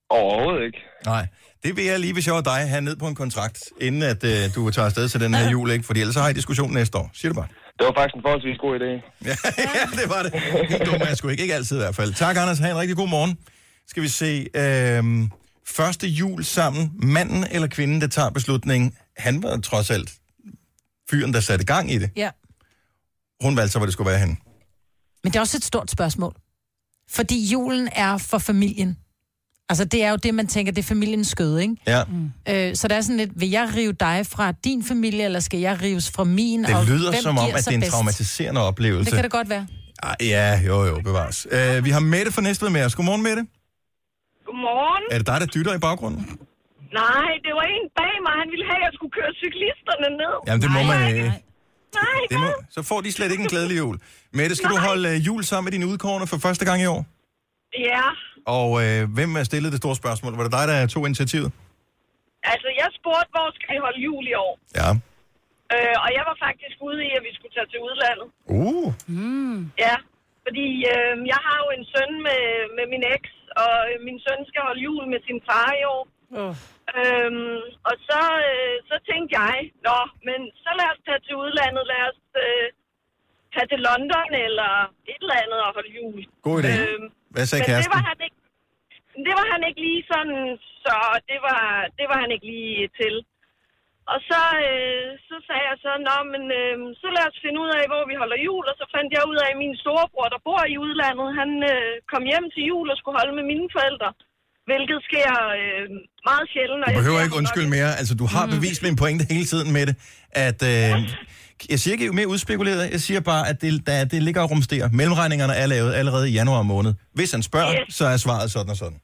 Speaker 10: Overhovedet ikke.
Speaker 1: Nej. Det vil jeg lige, hvis jeg var dig, have ned på en kontrakt, inden at øh, du tager afsted til den her jul, ikke? Fordi ellers så har I diskussion næste år. Siger du bare.
Speaker 10: Det var faktisk en forholdsvis god idé.
Speaker 1: ja, det var det. Helt dum er jeg sgu ikke. Ikke altid i hvert fald. Tak, Anders. Ha' en rigtig god morgen. Skal vi se. Øh, første jul sammen. Manden eller kvinden, der tager beslutningen. Han var trods alt fyren, der satte gang i det.
Speaker 2: Ja.
Speaker 1: Hun valgte så, hvor det skulle være henne.
Speaker 2: Men det er også et stort spørgsmål. Fordi julen er for familien. Altså, det er jo det, man tænker, det er familiens skød, ikke?
Speaker 1: Ja.
Speaker 2: Øh, så der er sådan lidt, vil jeg rive dig fra din familie, eller skal jeg rives fra min?
Speaker 1: Det
Speaker 2: hvem
Speaker 1: lyder som om,
Speaker 2: giver
Speaker 1: at det
Speaker 2: sig
Speaker 1: er en
Speaker 2: bedst?
Speaker 1: traumatiserende oplevelse.
Speaker 2: Det kan det godt være.
Speaker 1: Ah, ja, jo, jo, bevares. Uh, vi har Mette fra Næstved med os. Godmorgen, Mette.
Speaker 15: Godmorgen.
Speaker 1: Er det dig, der dytter i baggrunden?
Speaker 15: Nej, det var en bag mig. Han ville have, at jeg skulle køre cyklisterne ned.
Speaker 1: Jamen, det må man ikke.
Speaker 15: Nej,
Speaker 1: Det må, så får de slet ikke en glædelig jul. Mette, skal du holde øh, jul sammen med dine udkårne for første gang i år?
Speaker 15: ja.
Speaker 1: Og øh, hvem er stillet det store spørgsmål? Var det dig, der tog initiativet?
Speaker 15: Altså, jeg spurgte, hvor skal vi holde jul i år?
Speaker 1: Ja.
Speaker 15: Øh, og jeg var faktisk ude i, at vi skulle tage til udlandet.
Speaker 1: Uh.
Speaker 15: Mm. Ja, fordi øh, jeg har jo en søn med, med min eks, og øh, min søn skal holde jul med sin far i år.
Speaker 2: Oh.
Speaker 15: Øhm, og så, øh, så tænkte jeg, nå, men så lad os tage til udlandet, lad os øh, tage til London eller et eller andet og holde jul.
Speaker 1: God idé. Hvad sagde
Speaker 15: Øhm, men det
Speaker 1: kæresten?
Speaker 15: var, han ikke, det var han ikke lige sådan, så det var, det var han ikke lige til. Og så, øh, så sagde jeg så, nå, men øh, så lad os finde ud af, hvor vi holder jul. Og så fandt jeg ud af, at min storebror, der bor i udlandet, han øh, kom hjem til jul og skulle holde med mine forældre. Hvilket sker øh, meget sjældent. og
Speaker 1: Du
Speaker 15: jeg
Speaker 1: behøver
Speaker 15: ser
Speaker 1: ikke
Speaker 15: ham nok
Speaker 1: undskylde mere. Altså, du
Speaker 2: Mm.
Speaker 1: har bevist min pointe hele tiden med det, at... Øh, jeg siger ikke, at I er mere udspekuleret. Jeg siger bare, at det, der, det ligger og rumsterer. Mellemregningerne er lavet allerede i januar måned. Hvis han spørger,
Speaker 15: Yes.
Speaker 1: så er svaret sådan og sådan.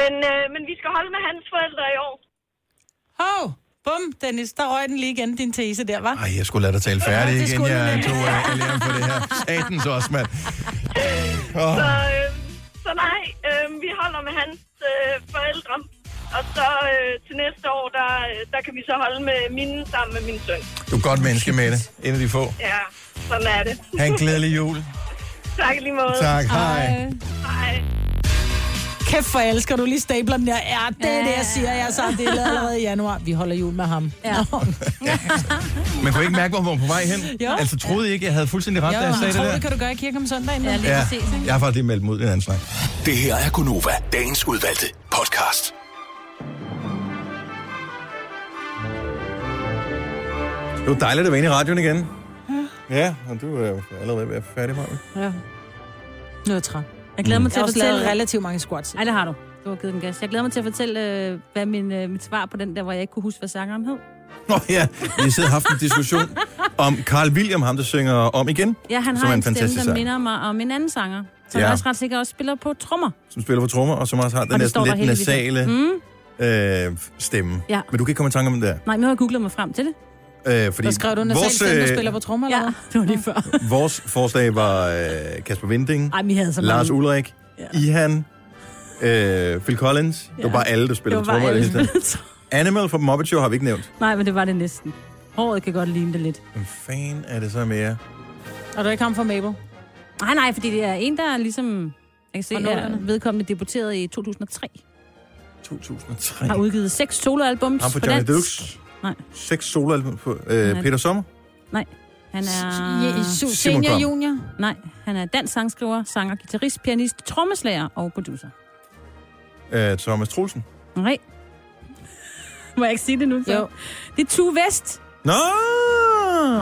Speaker 15: Men, øh, men vi skal holde med hans forældre i år.
Speaker 2: Hov, bum, Dennis, der røg den lige igen, din tese der, var.
Speaker 1: Ej, jeg skulle lade dig tale færdig,
Speaker 2: Ja, det
Speaker 1: ja, inden
Speaker 2: skulle du
Speaker 1: jeg
Speaker 2: nemlig.
Speaker 1: tog uh, alene på det her. Satens også, mand. Åh.
Speaker 15: Så, øh, så nej, øh, vi holder med hans øh, forældre. Og så øh, til næste år, der, øh, der kan vi så holde med mine sammen med min søn.
Speaker 1: Du er et godt menneske, Mette. En af de få.
Speaker 15: Ja, sådan er det.
Speaker 1: Ha' en glædelig jul.
Speaker 15: tak i lige måde.
Speaker 1: Tak, hej.
Speaker 15: Hej.
Speaker 2: kæft for jeg elsker, du lige stabler den der. Ja, det er det, jeg siger. Jeg så det er allerede i januar. Vi holder jul med ham. Ja.
Speaker 1: Man kunne ikke mærke, hvor hun var på vej hen.
Speaker 2: Jo.
Speaker 1: Altså troede I ikke, jeg havde fuldstændig ret, da jeg sagde det
Speaker 2: tror,
Speaker 1: der?
Speaker 2: det kan du gøre i kirken om søndagen. Ja,
Speaker 1: Jeg har faktisk lige meldt mig ud i en anden snak.
Speaker 5: Det her er Gunova, dagens udvalgte podcast.
Speaker 1: Det var dejligt at være inde i radioen igen. Ja, og du er jo allerede ved at være færdig med det.
Speaker 3: Ja.
Speaker 2: Nu er jeg træt.
Speaker 3: Jeg glæder mig
Speaker 2: Mm.
Speaker 3: til
Speaker 2: Jeg
Speaker 3: at
Speaker 2: har også lavet
Speaker 3: fortælle...
Speaker 2: relativt mange squats.
Speaker 3: Nej, det har du. Du har givet den gas. Jeg glæder mig til at fortælle, øh, hvad min, øh, mit svar på den der, hvor jeg ikke kunne huske, hvad sangeren hed.
Speaker 1: Nå ja, vi sidder og haft en diskussion om Carl William, ham der synger om igen.
Speaker 3: Ja, han
Speaker 1: som
Speaker 3: har
Speaker 1: er
Speaker 3: en
Speaker 1: en
Speaker 3: stemme,
Speaker 1: fantastisk
Speaker 3: der
Speaker 1: sang,
Speaker 3: minder mig om en anden sanger, som
Speaker 1: Ja.
Speaker 3: ja. også ret sikkert også spiller på trommer.
Speaker 1: som spiller på trommer, og som også har den
Speaker 3: Og det
Speaker 1: næsten
Speaker 3: står der
Speaker 1: lidt nasale
Speaker 3: heldigvis ikke. Mm.
Speaker 1: øh, stemme.
Speaker 3: Ja.
Speaker 1: Men du kan ikke komme i tanke om det der.
Speaker 3: Nej, nu har jeg googlet mig frem til det.
Speaker 1: Øh, fordi vores, øh,
Speaker 3: på trommer, eller Ja, det var lige før.
Speaker 1: vores forslag var øh, Kasper Vinding,
Speaker 3: Ej, vi havde så
Speaker 1: Lars
Speaker 3: mange.
Speaker 1: Ulrik, Ihan, øh, Phil Collins. Ja. Det var bare alle, der spillede
Speaker 3: Det
Speaker 1: på
Speaker 3: var bare
Speaker 1: trommer. i
Speaker 3: alle,
Speaker 1: det hele
Speaker 3: der
Speaker 1: taget. Animal fra Muppet Show har vi ikke nævnt.
Speaker 3: Nej, men det var det næsten. Håret kan godt ligne det lidt.
Speaker 1: Hvem fanden er det så mere?
Speaker 2: Og du ikke ham fra Mabel?
Speaker 3: Nej, nej, fordi det er en, der er ligesom... Jeg kan se,
Speaker 2: Fra
Speaker 3: at
Speaker 2: nullerne.
Speaker 3: vedkommende debuterede i 2003.
Speaker 1: 2003.
Speaker 3: Har udgivet seks soloalbums
Speaker 1: Ham på
Speaker 3: på
Speaker 1: Johnny
Speaker 3: dansk.
Speaker 1: Deluxe.
Speaker 3: Nej.
Speaker 1: Seks soloalbum på
Speaker 3: er-
Speaker 1: øh, Peter Sommer.
Speaker 3: Nej, han
Speaker 2: Je-
Speaker 3: er...
Speaker 2: Su- Simon senior, Kvam. junior?
Speaker 3: Nej, han er dansk sangskriver, sanger, guitarist, pianist, trommeslager og producer.
Speaker 1: Øh, Thomas Troelsen.
Speaker 3: Nej. Må jeg ikke sige det nu? Så? Jo. Det er Tue Vest.
Speaker 1: Nå!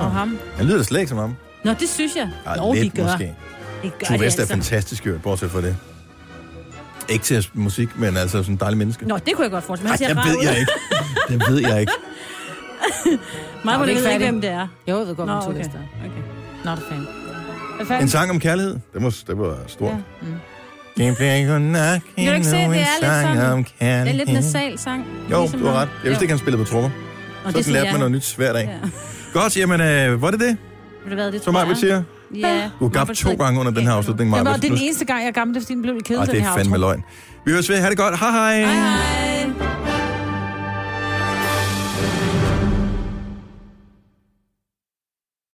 Speaker 3: Og ham.
Speaker 1: Han lyder da slet ikke som ham.
Speaker 3: Nå, det synes jeg.
Speaker 1: Ej,
Speaker 3: Nå,
Speaker 1: lidt
Speaker 3: de gør.
Speaker 1: måske.
Speaker 3: Det gør
Speaker 1: Tue
Speaker 3: de
Speaker 1: Vest er
Speaker 3: altså.
Speaker 1: fantastisk, jo, bortset fra det. Ikke til at spille musik, men altså sådan en dejlig menneske.
Speaker 3: Nå, det kunne jeg godt forestille mig.
Speaker 1: Ej, jeg ved jeg ikke. Det ved jeg ikke.
Speaker 3: Mig
Speaker 2: Nå,
Speaker 3: ved
Speaker 2: det er
Speaker 3: ikke,
Speaker 2: ikke
Speaker 3: hvem det er.
Speaker 2: Jo, jeg ved godt,
Speaker 3: Nå,
Speaker 2: hvem Tue
Speaker 3: okay.
Speaker 2: Vest er.
Speaker 3: Okay.
Speaker 2: Not a fan. Hvad
Speaker 1: En
Speaker 2: fanden?
Speaker 1: sang om kærlighed. Det var, det var stort.
Speaker 3: Ja.
Speaker 2: Mm.
Speaker 1: Det bliver ikke nok
Speaker 3: Kan du ikke se, det er
Speaker 1: endnu en
Speaker 3: lidt
Speaker 1: sang om
Speaker 3: sådan... Det er
Speaker 1: kærlighed.
Speaker 3: lidt nasal sang.
Speaker 1: Jo,
Speaker 3: ligesom
Speaker 1: du har
Speaker 3: ham.
Speaker 1: ret. Jeg vidste
Speaker 3: Jo.
Speaker 1: ikke, han spillede på trommer.
Speaker 3: Og
Speaker 1: Så
Speaker 3: siger
Speaker 1: lærte
Speaker 3: jeg.
Speaker 1: man noget nyt hver dag.
Speaker 3: Ja.
Speaker 1: Godt, jamen, øh, var det det?
Speaker 3: Ved du hvad, det
Speaker 1: Som
Speaker 3: tror
Speaker 1: Majbrit
Speaker 3: jeg.
Speaker 1: siger?
Speaker 3: Ja.
Speaker 1: Du har gabt to gange under den her afslutning,
Speaker 2: Jamen,
Speaker 1: Maja.
Speaker 2: og det er den eneste gang, jeg gamte, fordi den blev lidt kedelig,
Speaker 1: Ah, det
Speaker 2: den her
Speaker 1: er fandme
Speaker 2: outro.
Speaker 1: løgn. Vi høres ved. Ha' det godt. Hej hej. hej, hej.